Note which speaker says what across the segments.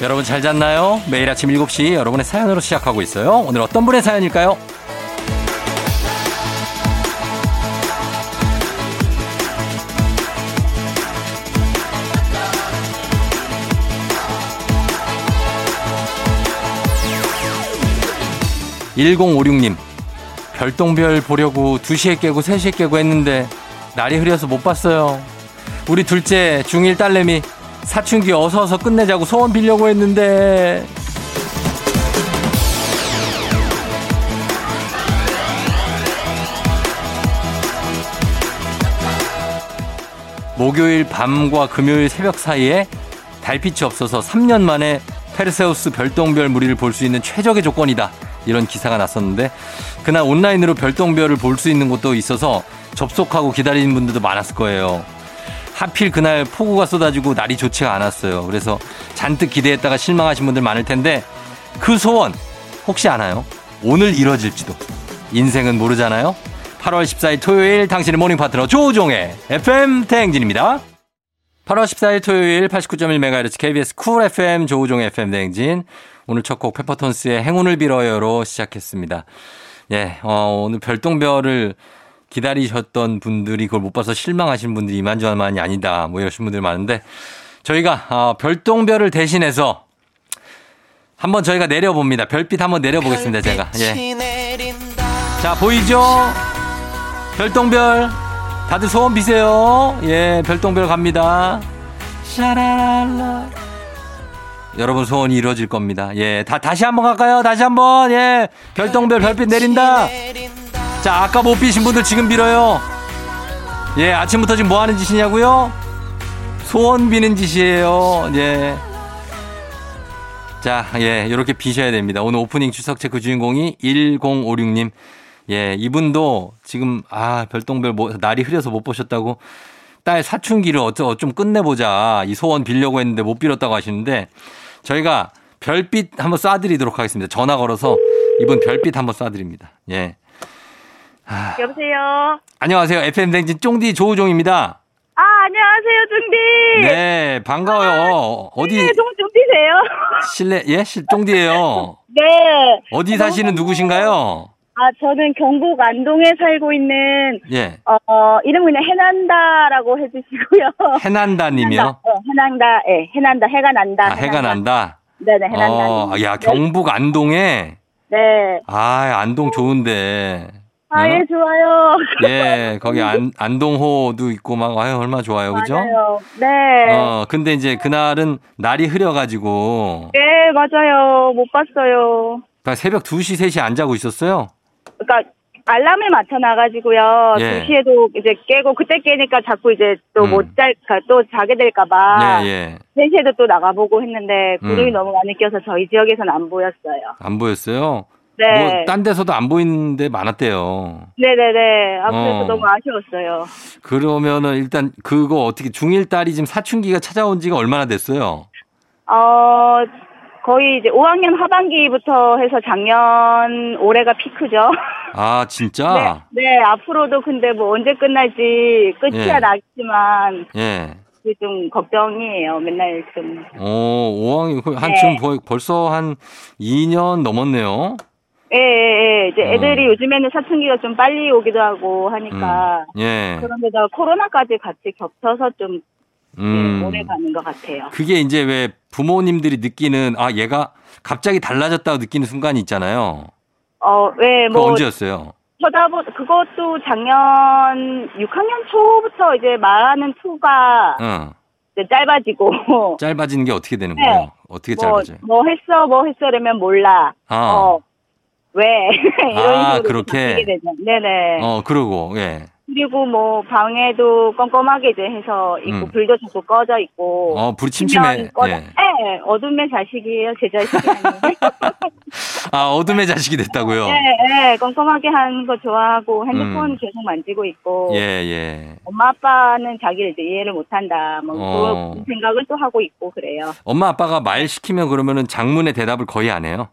Speaker 1: 여러분 잘 잤나요? 매일 아침 7시 여러분의 사연으로 시작하고 있어요. 오늘 어떤 분의 사연일까요? 1056님. 별똥별 보려고 2시에 깨고 3시에 깨고 했는데 날이 흐려서 못 봤어요. 우리 둘째 중1 딸내미 사춘기 어서 어서 끝내자고 소원 빌려고 했는데 목요일 밤과 금요일 새벽 사이에 달빛이 없어서 3년 만에 페르세우스 별똥별 무리를 볼 수 있는 최적의 조건이다. 이런 기사가 났었는데 그날 온라인으로 별똥별을 볼 수 있는 곳도 있어서 접속하고 기다리는 분들도 많았을 거예요. 하필 그날 폭우가 쏟아지고 날이 좋지가 않았어요. 그래서 잔뜩 기대했다가 실망하신 분들 많을 텐데 그 소원 혹시 아나요? 오늘 이뤄질지도 인생은 모르잖아요. 8월 14일 토요일 당신의 모닝 파트너 조우종의 FM 대행진입니다. 8월 14일 토요일 89.1MHz KBS 쿨 FM 조우종의 FM 대행진 오늘 첫 곡 페퍼톤스의 행운을 빌어요로 시작했습니다. 예, 어, 오늘 별똥별을 기다리셨던 분들이 그걸 못 봐서 실망하신 분들이 이만저만이 아니다. 뭐 이러신 분들 많은데 저희가 아, 별똥별을 대신해서 한번 저희가 내려봅니다. 별빛 한번 내려보겠습니다. 제가. 예. 자, 보이죠? 별똥별. 다들 소원 비세요. 예, 별똥별 갑니다. 샤랄라. 여러분 소원이 이루어질 겁니다. 예, 다, 다시 한번 갈까요? 다시 한번. 예, 별똥별, 별빛 내린다. 자, 아까 못 비신 분들 지금 빌어요. 예, 아침부터 지금 뭐 하는 짓이냐고요? 소원 비는 짓이에요. 예. 자, 예, 이렇게 비셔야 됩니다. 오늘 오프닝 추석 체크 주인공이 1056님. 예, 이분도 지금, 아, 별똥별, 뭐, 날이 흐려서 못 보셨다고 딸 사춘기를 어쩌, 좀 끝내보자. 이 소원 빌려고 했는데 못 빌었다고 하시는데 저희가 별빛 한번 쏴드리도록 하겠습니다. 전화 걸어서 이분 별빛 한번 쏴드립니다. 예. 아,
Speaker 2: 여보세요.
Speaker 1: 안녕하세요. FM 댕진 쫑디 조우종입니다.
Speaker 2: 아 안녕하세요 중디.
Speaker 1: 네, 반가워요. 어디,
Speaker 2: 네, 종 중디세요.
Speaker 1: 실례, 예, 실, 쫑디예요
Speaker 2: 네.
Speaker 1: 어디 사시는 누구신가요?
Speaker 2: 아 저는 경북 안동에 살고 있는
Speaker 1: 예.
Speaker 2: 어, 어 이름 그냥 해난다라고 해주시고요.
Speaker 1: 해난다님이요.
Speaker 2: 어, 해난다. 예, 해난다. 해가 난다.
Speaker 1: 아, 해가 난다.
Speaker 2: 네네 해난다.
Speaker 1: 어, 야 경북 안동에
Speaker 2: 네.
Speaker 1: 아 안동 좋은데.
Speaker 2: 아예
Speaker 1: 응?
Speaker 2: 좋아요.
Speaker 1: 예, 거기 안 안동호도 있고 막 아유 얼마 나 좋아요, 그죠?
Speaker 2: 맞아요. 네.
Speaker 1: 어, 근데 이제 그날은 날이 흐려가지고
Speaker 2: 네 맞아요. 못 봤어요.
Speaker 1: 다 새벽 2시, 3시 안 자고 있었어요.
Speaker 2: 그러니까 알람을 맞춰 놔가지고요.
Speaker 1: 예.
Speaker 2: 2시에도 이제 깨고 그때 깨니까 자꾸 이제
Speaker 1: 음.
Speaker 2: 또 못 잘까 그러니까 또 자게 될까봐
Speaker 1: 예, 예,
Speaker 2: 3시에도 또 나가보고 했는데 구름이
Speaker 1: 음.
Speaker 2: 너무 많이 껴서 저희 지역에서는 안 보였어요.
Speaker 1: 안 보였어요.
Speaker 2: 네.
Speaker 1: 뭐 딴 데서도 안 보이는데 많았대요.
Speaker 2: 네네네. 아무래도
Speaker 1: 어.
Speaker 2: 너무 아쉬웠어요.
Speaker 1: 그러면은 일단 그거 어떻게 중일 딸이 지금 사춘기가 찾아온 지가 얼마나 됐어요?
Speaker 2: 어, 거의 이제 5학년 하반기부터 해서 작년 올해가 피크죠.
Speaker 1: 아 진짜?
Speaker 2: 네, 네, 앞으로도 근데 뭐 언제 끝날지 끝이야
Speaker 1: 예.
Speaker 2: 나겠지만
Speaker 1: 예. 어,
Speaker 2: 그게 좀 걱정이에요. 맨날 좀.
Speaker 1: 오, 5학년, 그 한
Speaker 2: 네.
Speaker 1: 지금 거의 벌써 한 2년 넘었네요.
Speaker 2: 예, 예, 예. 이제
Speaker 1: 어.
Speaker 2: 애들이 요즘에는 사춘기가 좀 빨리 오기도 하고 하니까
Speaker 1: 음, 예.
Speaker 2: 그러니까 그런데다 코로나까지 같이 겹쳐서 좀
Speaker 1: 음.
Speaker 2: 오래 가는 것 같아요.
Speaker 1: 그게 이제 왜 부모님들이 느끼는, 아, 얘가 갑자기 달라졌다고 느끼는 순간이 있잖아요.
Speaker 2: 어, 왜,
Speaker 1: 그거
Speaker 2: 뭐,
Speaker 1: 언제였어요?
Speaker 2: 쳐다보, 그것도 작년 6학년 초부터 이제 말하는 초가
Speaker 1: 응.
Speaker 2: 이제 짧아지고,
Speaker 1: 짧아지는 게 어떻게 되는
Speaker 2: 네.
Speaker 1: 거예요? 어떻게
Speaker 2: 뭐,
Speaker 1: 짧아져요?
Speaker 2: 뭐 했어, 뭐 했어, 이러면 몰라.
Speaker 1: 아,
Speaker 2: 어, 왜? 이런
Speaker 1: 아,
Speaker 2: 식으로
Speaker 1: 그렇게?
Speaker 2: 바뀌게 되죠. 네네.
Speaker 1: 어, 그러고, 예.
Speaker 2: 그리고 뭐, 방에도 껌껌하게 이제 해서 있고,
Speaker 1: 음.
Speaker 2: 불도 자꾸 꺼져 있고.
Speaker 1: 어, 불이
Speaker 2: 면
Speaker 1: 침침해. 예.
Speaker 2: 어둠의 자식이에요, 제 자식이.
Speaker 1: 아, 어둠의 자식이 됐다고요?
Speaker 2: 예, 예, 껌껌하게 하는 거 좋아하고 핸드폰
Speaker 1: 음.
Speaker 2: 계속 만지고 있고.
Speaker 1: 예, 예.
Speaker 2: 엄마 아빠는 자기를 이제 이해를 못한다. 뭐
Speaker 1: 어.
Speaker 2: 그런 생각을 또 하고 있고 그래요.
Speaker 1: 엄마 아빠가 말 시키면 그러면은 장문의 대답을 거의 안 해요.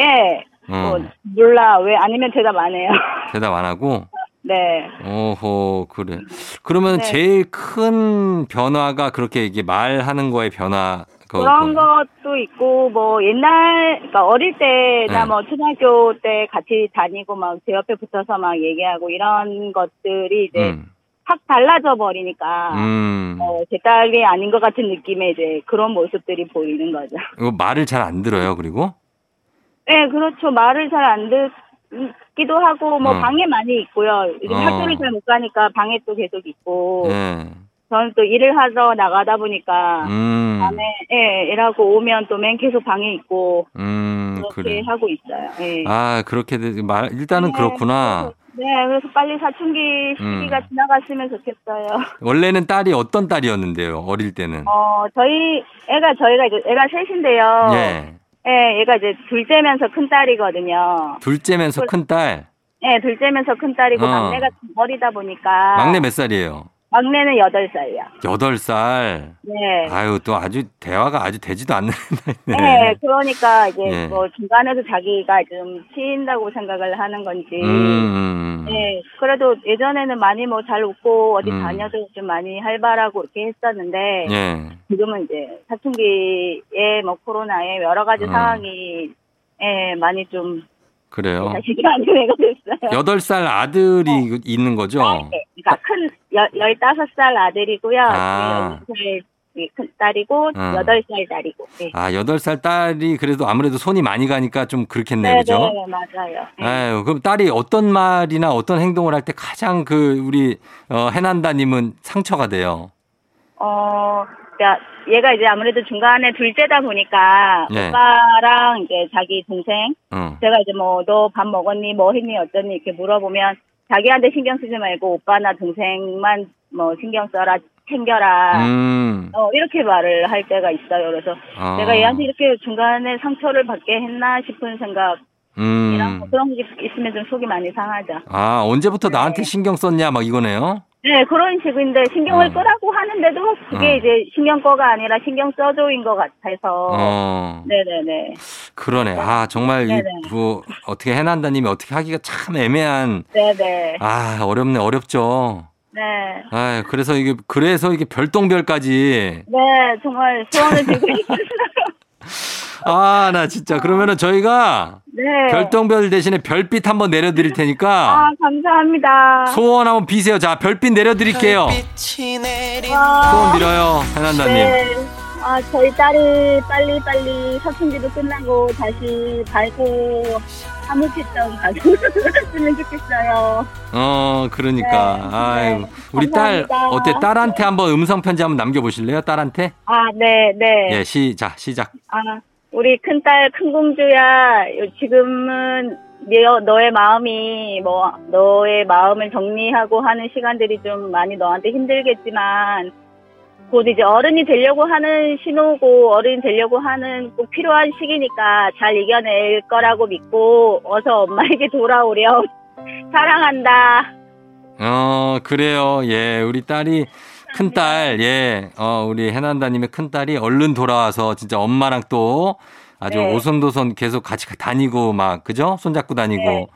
Speaker 2: 예,
Speaker 1: 어,
Speaker 2: 뭐 몰라 왜 아니면 대답 안 해요.
Speaker 1: 대답 안 하고.
Speaker 2: 네,
Speaker 1: 오호 그래. 그러면
Speaker 2: 네.
Speaker 1: 제일 큰 변화가 그렇게 이게 말하는 거의 변화 그거-
Speaker 2: 그런
Speaker 1: 어, 그거.
Speaker 2: 것도 있고 뭐 옛날 그러니까 어릴 때나
Speaker 1: 네.
Speaker 2: 뭐 초등학교 때 같이 다니고 막 제 옆에 붙어서 막 얘기하고 이런 것들이 이제
Speaker 1: 음.
Speaker 2: 확 달라져 버리니까
Speaker 1: 음.
Speaker 2: 네. 어, 제 딸이 아닌 것 같은 느낌의 이제 그런 모습들이 보이는 거죠.
Speaker 1: 이거 말을 잘 안 들어요. 그리고
Speaker 2: 네, 그렇죠. 말을 잘 안 듣기도 하고 뭐
Speaker 1: 어.
Speaker 2: 방에 많이 있고요. 요즘
Speaker 1: 어.
Speaker 2: 학교를 잘 못 가니까 방에 또 계속 있고
Speaker 1: 예.
Speaker 2: 저는 또 일을 하러 나가다 보니까
Speaker 1: 음.
Speaker 2: 밤에 예, 일하고 오면 또 맨 계속 방에 있고
Speaker 1: 음.
Speaker 2: 그렇게
Speaker 1: 그래.
Speaker 2: 하고 있어요. 예.
Speaker 1: 아, 그렇게 되- 말 일단은
Speaker 2: 네,
Speaker 1: 그렇구나.
Speaker 2: 네, 그래서 빨리 사춘기 시기가
Speaker 1: 아. 음.
Speaker 2: 지나갔으면 좋겠어요.
Speaker 1: 원래는 딸이 어떤 딸이었는데요. 어릴 때는.
Speaker 2: 어, 저희 애가 저희가 이제 애가 셋인데요.
Speaker 1: 예.
Speaker 2: 예, 얘가 이제 둘째면서 큰 딸이거든요. 아.
Speaker 1: 둘째면서 큰 딸.
Speaker 2: 예, 둘째면서 큰 딸이고
Speaker 1: 어.
Speaker 2: 막내가 좀 어리다 보니까
Speaker 1: 막내 몇 살이에요?
Speaker 2: 막내는 여덟 살이요.
Speaker 1: 여덟 살.
Speaker 2: 네.
Speaker 1: 아유, 또 아주 대화가 아주 되지도 않는
Speaker 2: 네.
Speaker 1: 나이네.
Speaker 2: 그러니까 이제
Speaker 1: 예.
Speaker 2: 뭐 중간에서 자기가 좀 치인다고 생각을 하는 건지.
Speaker 1: 음.
Speaker 2: 네, 그래도 예전에는 많이 뭐 잘 웃고 어디
Speaker 1: 음.
Speaker 2: 다녀도 좀 많이 활발하고 이렇게 했었는데
Speaker 1: 예.
Speaker 2: 지금은 이제 사춘기에 뭐 코로나에 여러 가지
Speaker 1: 음.
Speaker 2: 상황이 예, 많이 좀
Speaker 1: 그래요.
Speaker 2: 자식이 많이 내가 됐어요.
Speaker 1: 여덟 살 아들이 있는 거죠?
Speaker 2: 네, 그러니까 큰 여, 15살 아들이고요. 네,
Speaker 1: 아.
Speaker 2: 12살 큰 딸이고
Speaker 1: 음.
Speaker 2: 여덟 살 딸이고. 네.
Speaker 1: 아, 여덟 살 딸이 그래도 아무래도 손이 많이 가니까 좀 그렇겠네요.
Speaker 2: 네,
Speaker 1: 그죠?
Speaker 2: 네, 맞아요. 네.
Speaker 1: 아유, 그럼 딸이 어떤 말이나 어떤 행동을 할 때 가장 그 우리 어, 해난다님은 상처가 돼요.
Speaker 2: 어, 그러니까 얘가 이제 아무래도 중간에 둘째다 보니까
Speaker 1: 네.
Speaker 2: 오빠랑 이제 자기 동생
Speaker 1: 응.
Speaker 2: 제가 이제 뭐 너 밥 먹었니 뭐 했니 어쩌니 이렇게 물어보면 자기한테 신경 쓰지 말고 오빠나 동생만 뭐 신경 써라 챙겨라
Speaker 1: 음.
Speaker 2: 어 이렇게 말을 할 때가 있어요 그래서
Speaker 1: 어.
Speaker 2: 내가 얘한테 이렇게 중간에 상처를 받게 했나 싶은 생각이랑
Speaker 1: 음.
Speaker 2: 뭐 그런 게 있으면 좀 속이 많이 상하죠
Speaker 1: 아, 언제부터 나한테 신경 썼냐 막 이거네요.
Speaker 2: 네 그런 식인데 신경을
Speaker 1: 어.
Speaker 2: 끄라고 하는데도 그게
Speaker 1: 어.
Speaker 2: 이제 신경 꺼가 아니라 신경 써줘인 것 같아서
Speaker 1: 어.
Speaker 2: 네네네
Speaker 1: 그러네. 아, 정말 이
Speaker 2: 네네.
Speaker 1: 뭐 어떻게 해난다님이 어떻게 하기가 참 애매한
Speaker 2: 네네
Speaker 1: 아, 어렵네. 어렵죠.
Speaker 2: 네.
Speaker 1: 아, 그래서 이게 그래서 이게 별똥별까지
Speaker 2: 네, 정말 소원을 빌고 있어요.
Speaker 1: 아, 나 진짜 그러면은 저희가
Speaker 2: 네.
Speaker 1: 별똥별 대신에 별빛 한번 내려드릴 테니까
Speaker 2: 아, 네. 감사합니다.
Speaker 1: 소원 한번 비세요. 자, 별빛 내려드릴게요.
Speaker 3: 빛이 내린
Speaker 2: 와,
Speaker 1: 소원 빌어요, 해난다님.
Speaker 2: 네. 아, 저희 딸이 빨리빨리 사춘기도 끝나고 다시 밝고 사무실던 가족으로 돌아갔으면 좋겠어요.
Speaker 1: 어,
Speaker 2: 네,
Speaker 1: 그러니까. 아유, 우리 딸
Speaker 2: 감사합니다.
Speaker 1: 어때? 딸한테 한번 음성 편지 한번 남겨보실래요? 딸한테?
Speaker 2: 아, 네, 네.
Speaker 1: 예, 시작, 시작.
Speaker 2: 아, 우리 큰딸 큰공주야. 요- 지금은 너, 너의 마음이 뭐 너의 마음을 정리하고 하는 시간들이 좀 많이 너한테 힘들겠지만 곧 이제 어른이 되려고 하는 신호고 어른이 되려고 하는 꼭 필요한 시기니까 잘 이겨낼 거라고 믿고 어서 엄마에게 돌아오렴. 사랑한다.
Speaker 1: 어, 그래요. 예, 우리 딸이 큰 딸, 예, 어, 우리 해난다님의 큰 딸이 얼른 돌아와서 진짜 엄마랑 또 아주
Speaker 2: 네.
Speaker 1: 오손도손 계속 같이 다니고 막, 그죠? 손잡고 다니고.
Speaker 2: 네.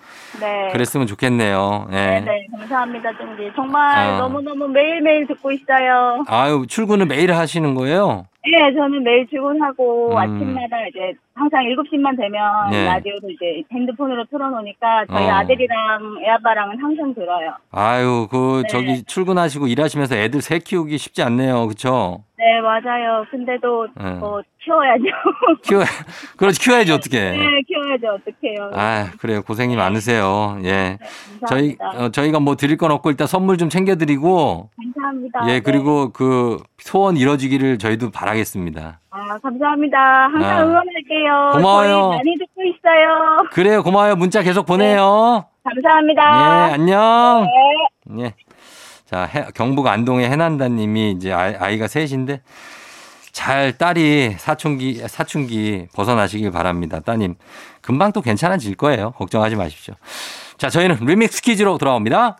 Speaker 2: 네.
Speaker 1: 그랬으면 좋겠네요. 예.
Speaker 2: 네, 네, 감사합니다, 정지. 정말
Speaker 1: 아.
Speaker 2: 너무너무 매일매일 듣고 있어요.
Speaker 1: 아유, 출근을 매일 하시는 거예요?
Speaker 2: 네, 저는 매일 출근하고
Speaker 1: 음.
Speaker 2: 아침마다 이제 항상 7시만 되면
Speaker 1: 예.
Speaker 2: 라디오를 이제 핸드폰으로 틀어놓으니까 저희
Speaker 1: 어.
Speaker 2: 아들이랑 애아빠랑은 항상 들어요.
Speaker 1: 아유, 그,
Speaker 2: 네.
Speaker 1: 저기, 출근하시고 일하시면서 애들 새 키우기 쉽지 않네요. 그쵸?
Speaker 2: 네, 맞아요. 근데도
Speaker 1: 예.
Speaker 2: 어, 키워야죠.
Speaker 1: 키워, 그렇지, 키워야지,
Speaker 2: 네,
Speaker 1: 어떻게.
Speaker 2: 키워야죠. 어떡해요.
Speaker 1: 아, 그래요. 고생이 많으세요. 예. 저희,
Speaker 2: 감사합니다.
Speaker 1: 어, 저희가 뭐 드릴 건 없고 일단 선물 좀 챙겨드리고,
Speaker 2: 감사합니다.
Speaker 1: 예,
Speaker 2: 네.
Speaker 1: 그리고 그 소원 이뤄지기를 저희도 바라겠습니다.
Speaker 2: 아, 감사합니다. 항상
Speaker 1: 아.
Speaker 2: 응원할게요.
Speaker 1: 고마워요.
Speaker 2: 저희 많이 듣고 있어요.
Speaker 1: 그래요. 고마워요. 문자 계속 보내요.
Speaker 2: 네. 감사합니다.
Speaker 1: 예, 안녕.
Speaker 2: 네.
Speaker 1: 예. 자, 해- 경북 안동의 해난다 님이 이제 아이, 아이가 셋인데 잘 딸이 사춘기 사춘기 벗어나시길 바랍니다. 따님. 금방 또 괜찮아질 거예요. 걱정하지 마십시오. 자, 저희는 리믹스 퀴즈로 돌아옵니다.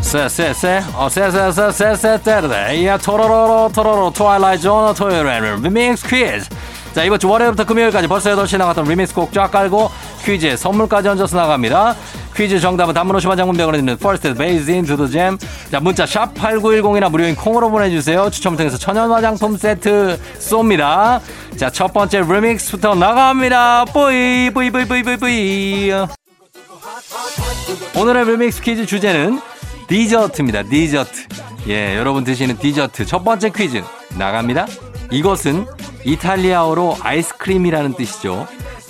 Speaker 1: 쎄쎄쎄 어쎄쎄쎄쎄쎄쎄 야 토로로로 토로로 트와일라이트 존 토요일 리믹스 퀴즈 자 이번 주 월요일부터 금요일까지 벌써 8시 나갔던 리믹스 곡 쫙 깔고 퀴즈에 선물까지 얹어서 나갑니다 퀴즈 정답은 단문 50원 장문병원에 있는 퍼스트 베이스 인투 더 잼. 자 문자 샵 8910이나 무료인 콩으로 보내주세요 추첨 통해서 천연 화장품 세트 쏩니다 자 첫 번째 리믹스부터 나갑니다 뿌이 뿌이 뿌이 뿌이 뿌이 뿌이 오늘의 뮤믹스 퀴즈 주제는 디저트입니다. 디저트. 예, 여러분 드시는 디저트. 첫 번째 퀴즈 나갑니다. 이것은 이탈리아어로 아이스크림이라는 뜻이죠.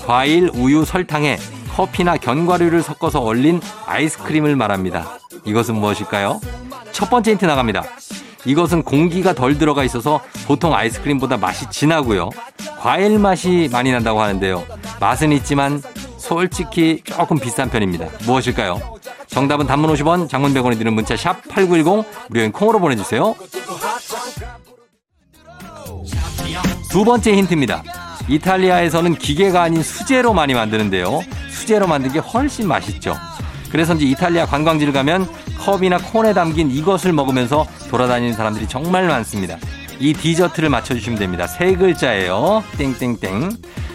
Speaker 1: 과일, 우유, 설탕에 커피나 견과류를 섞어서 얼린 아이스크림을 말합니다. 이것은 무엇일까요? 첫 번째 힌트 나갑니다. 이것은 공기가 덜 들어가 있어서 보통 아이스크림보다 맛이 진하고요. 과일 맛이 많이 난다고 하는데요. 맛은 있지만 솔직히 조금 비싼 편입니다. 무엇일까요? 정답은 단문 50원, 장문 100원이 드는 문자 샵 8910 무료인 콩으로 보내주세요. 두 번째 힌트입니다. 이탈리아에서는 기계가 아닌 수제로 많이 만드는데요. 수제로 만든 게 훨씬 맛있죠. 그래서인지 이탈리아 관광지를 가면 컵이나 콘에 담긴 이것을 먹으면서 돌아다니는 사람들이 정말 많습니다. 이 디저트를 맞춰주시면 됩니다. 세 글자예요. 땡땡땡.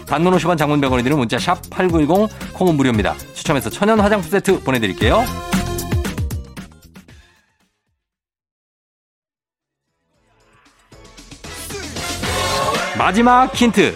Speaker 1: 단문 50원 장문 100원이 드는 문자 샵 8910 콩은 무료입니다. 추첨해서 천연 화장품 세트 보내드릴게요. 마지막 힌트.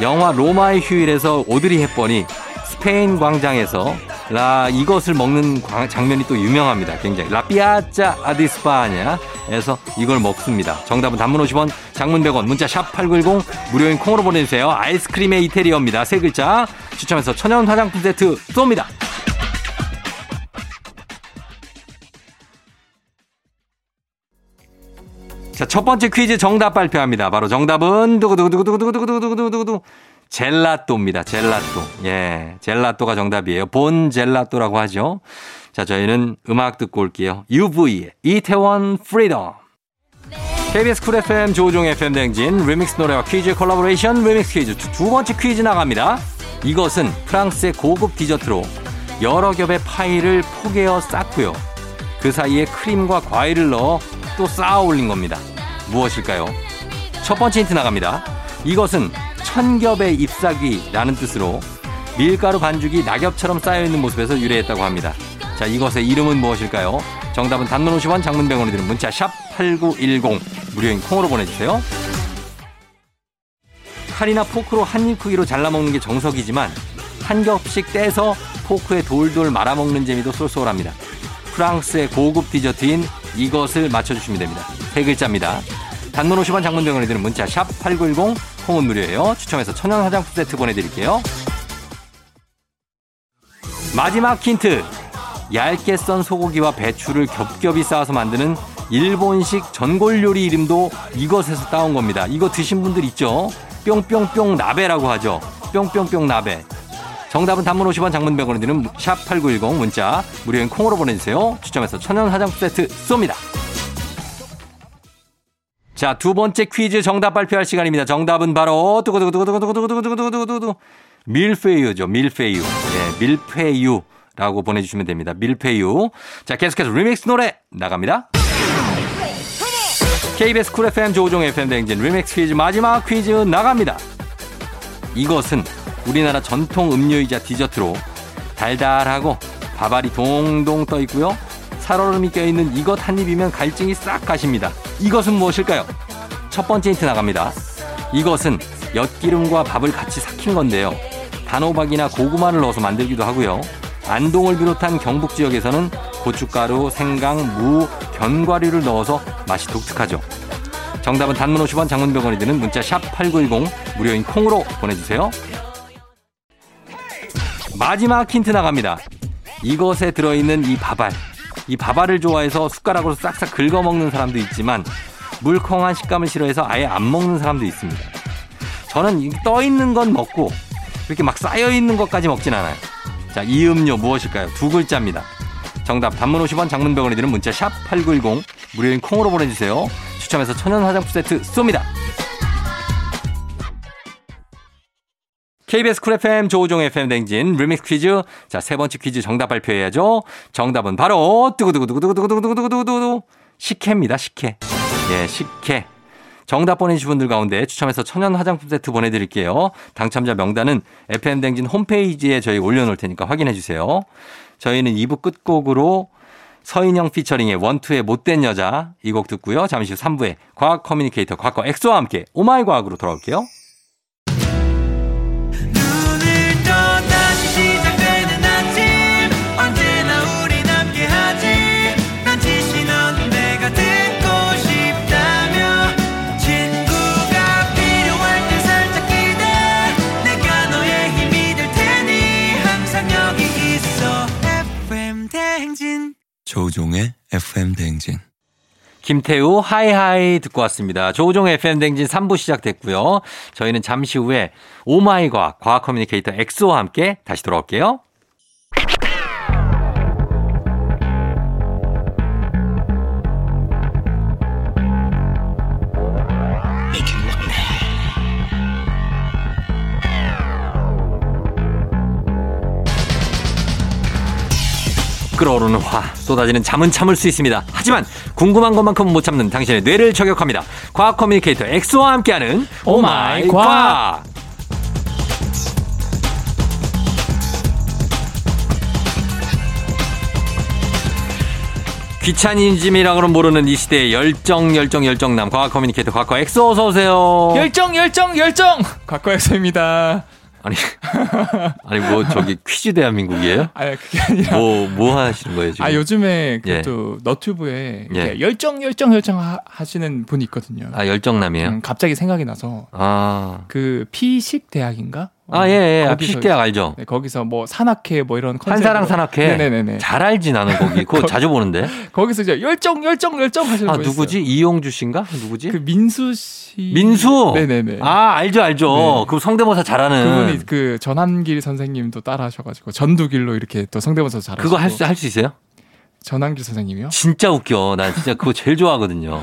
Speaker 1: 영화 로마의 휴일에서 오드리 헵번이 스페인 광장에서 라 이것을 먹는 광- 장면이 또 유명합니다. 굉장히 라피아짜 아디스파냐에서 이걸 먹습니다. 정답은 단문 50원, 장문 100원, 문자 샵 #8910 무료인 콩으로 보내주세요. 아이스크림의 이태리어입니다. 세 글자 추첨해서 천연 화장품 세트 쏩니다. 자, 첫 번째 퀴즈 정답 발표합니다. 바로 정답은 두구두구두구두구두구두구두구두구 젤라또입니다. 젤라또. 예. 젤라또가 정답이에요. 본 젤라또라고 하죠. 자, 저희는 음악 듣고 올게요. UV의 이태원 프리덤. KBS 쿨 FM 조종 FM 댕진 리믹스 노래와 퀴즈 콜라보레이션 리믹스 퀴즈 두, 두 번째 퀴즈 나갑니다. 이것은 프랑스의 고급 디저트로 여러 겹의 파이를 포개어 쌌고요. 그 사이에 크림과 과일을 넣어 또 쌓아 올린 겁니다. 무엇일까요? 첫 번째 힌트 나갑니다. 이것은 천겹의 잎사귀라는 뜻으로 밀가루 반죽이 낙엽처럼 쌓여있는 모습에서 유래했다고 합니다. 자, 이것의 이름은 무엇일까요? 정답은 단문 50원, 장문 100원이 드는 문자 샵 8910 무료인 콩으로 보내주세요. 칼이나 포크로 한 입 크기로 잘라먹는 게 정석이지만 한 겹씩 떼서 포크에 돌돌 말아먹는 재미도 쏠쏠합니다. 프랑스의 고급 디저트인 이것을 맞춰주시면 됩니다. 세 글자입니다. 단문 50원 장문병원에 드는 문자 샵 8910 콩은 무료예요. 추첨해서 천연 화장품 세트 보내드릴게요. 마지막 힌트. 얇게 썬 소고기와 배추를 겹겹이 쌓아서 만드는 일본식 전골 요리 이름도 이것에서 따온 겁니다. 이거 드신 분들 있죠? 뿅뿅뿅 나베라고 하죠. 뿅뿅뿅 나베. 정답은 단문 50원 장문 100원이 드는 샵8910 문자 무료인 콩으로 보내주세요. 추첨해서 천연 화장품 세트 쏩니다. 자, 두 번째 퀴즈 정답 발표할 시간입니다. 정답은 바로 두구두구두구두구두구두구두구두구두구 밀푀유죠. 밀푀유. 예, 밀푀유라고 보내주시면 됩니다. 밀푀유. 자, 계속해서 리믹스 노래 나갑니다. KBS 쿨 FM 조우종 FM 대행진 리믹스 퀴즈 마지막 퀴즈 나갑니다. 이것은 우리나라 전통 음료이자 디저트로 달달하고 밥알이 동동 떠 있고요. 살얼음이 껴있는 이것 한 입이면 갈증이 싹 가십니다. 이것은 무엇일까요? 첫 번째 힌트 나갑니다. 이것은 엿기름과 밥을 같이 삭힌 건데요. 단호박이나 고구마를 넣어서 만들기도 하고요. 안동을 비롯한 경북 지역에서는 고춧가루, 생강, 무, 견과류를 넣어서 맛이 독특하죠. 정답은 단문 50원 장문병원이 드는 문자 샵 8910 무료인 콩으로 보내주세요. 마지막 힌트 나갑니다. 이것에 들어있는 이 밥알. 이 밥알을 좋아해서 숟가락으로 싹싹 긁어먹는 사람도 있지만 물컹한 식감을 싫어해서 아예 안 먹는 사람도 있습니다. 저는 이 떠있는 건 먹고 이렇게 막 쌓여있는 것까지 먹진 않아요. 자, 이 음료 무엇일까요? 두 글자입니다. 정답 단문 50원 장문 100원이 드는 문자 샵 8910 무료인 콩으로 보내주세요. 추첨해서 천연 화장품 세트 쏩니다. KBS 쿨 FM 조우종 FM 댕진 리믹스 퀴즈. 자, 세 번째 퀴즈 정답 발표해야죠. 정답은 바로 뚜구두구두구두구두구두구두구두구 식혜입니다. 식혜. 예, 식혜. 정답 보내주신 분들 가운데 추첨해서 천연 화장품 세트 보내드릴게요. 당첨자 명단은 FM댕진 홈페이지에 저희 올려놓을 테니까 확인해주세요. 저희는 2부 끝곡으로 서인영 피처링의 원투의 못된 여자 이 곡 듣고요. 잠시 후 3부에 과학 커뮤니케이터 과거 엑소와 함께 오마이 과학으로 돌아올게요.
Speaker 3: 오늘 또 다시 시작되는 아침 언제나 우리 함께하지 난 지시 넌 내가 듣고 싶다며 친구가 필요할 때 살짝 기대 내가 너의 힘이 될 테니 항상 여기 있어 FM 대행진
Speaker 4: 조우종의 FM 대행진.
Speaker 1: 김태우 하이하이 듣고 왔습니다. 조우종 FM 댕진 3부 시작됐고요. 저희는 잠시 후에 오마이 과학 과학 커뮤니케이터 엑소와 함께 다시 돌아올게요. 끓어오르는 화 쏟아지는 잠은 참을 수 있습니다. 하지만 궁금한 것만큼 못 참는 당신의 뇌를 저격합니다. 과학 커뮤니케이터 엑소와 함께하는 오마이 과학. 귀차니즘이라고는 모르는 이 시대의 열정 열정 열정남 과학 커뮤니케이터 과거 엑소 어서 오세요.
Speaker 5: 열정 열정 열정 곽과역사입니다.
Speaker 1: 아니 아니 뭐 저기 퀴즈 대한민국이에요?
Speaker 5: 아 그게 아니라
Speaker 1: 뭐 뭐 하시는 거예요 지금?
Speaker 5: 아 요즘에
Speaker 1: 예.
Speaker 5: 그또 너튜브에 이렇게
Speaker 1: 예.
Speaker 5: 열정 열정 열정 하, 하시는 분이 있거든요.
Speaker 1: 아, 열정남이에요.
Speaker 5: 음, 갑자기 생각이 나서
Speaker 1: 아.
Speaker 5: 그 피식 대학인가?
Speaker 1: 아, 예, 예. 아,
Speaker 5: 거기서-
Speaker 1: 피식대학 알죠?
Speaker 5: 네, 거기서 뭐 산악회 뭐 이런 컨셉
Speaker 1: 한사랑 산악회.
Speaker 5: 네네네.
Speaker 1: 잘 알지, 나는 거기. 예. 그거 자주 보는데.
Speaker 5: 거기서 이제 열정 열정 열정 하시는
Speaker 1: 아,
Speaker 5: 분이 있어요.
Speaker 1: 누구지? 이용주 씨인가? 누구지?
Speaker 5: 그 민수 씨.
Speaker 1: 민수!
Speaker 5: 네네네.
Speaker 1: 아, 알죠, 알죠.
Speaker 5: 네.
Speaker 1: 그 성대모사 잘하는.
Speaker 5: 그분이 그 전한길 선생님도 따라하셔가지고 전두길로 이렇게 또 성대모사 잘하시고
Speaker 1: 그거 할 수, 할 수 있어요?
Speaker 5: 전한길 선생님이요?
Speaker 1: 진짜 웃겨. 난 진짜 그거 제일 좋아하거든요.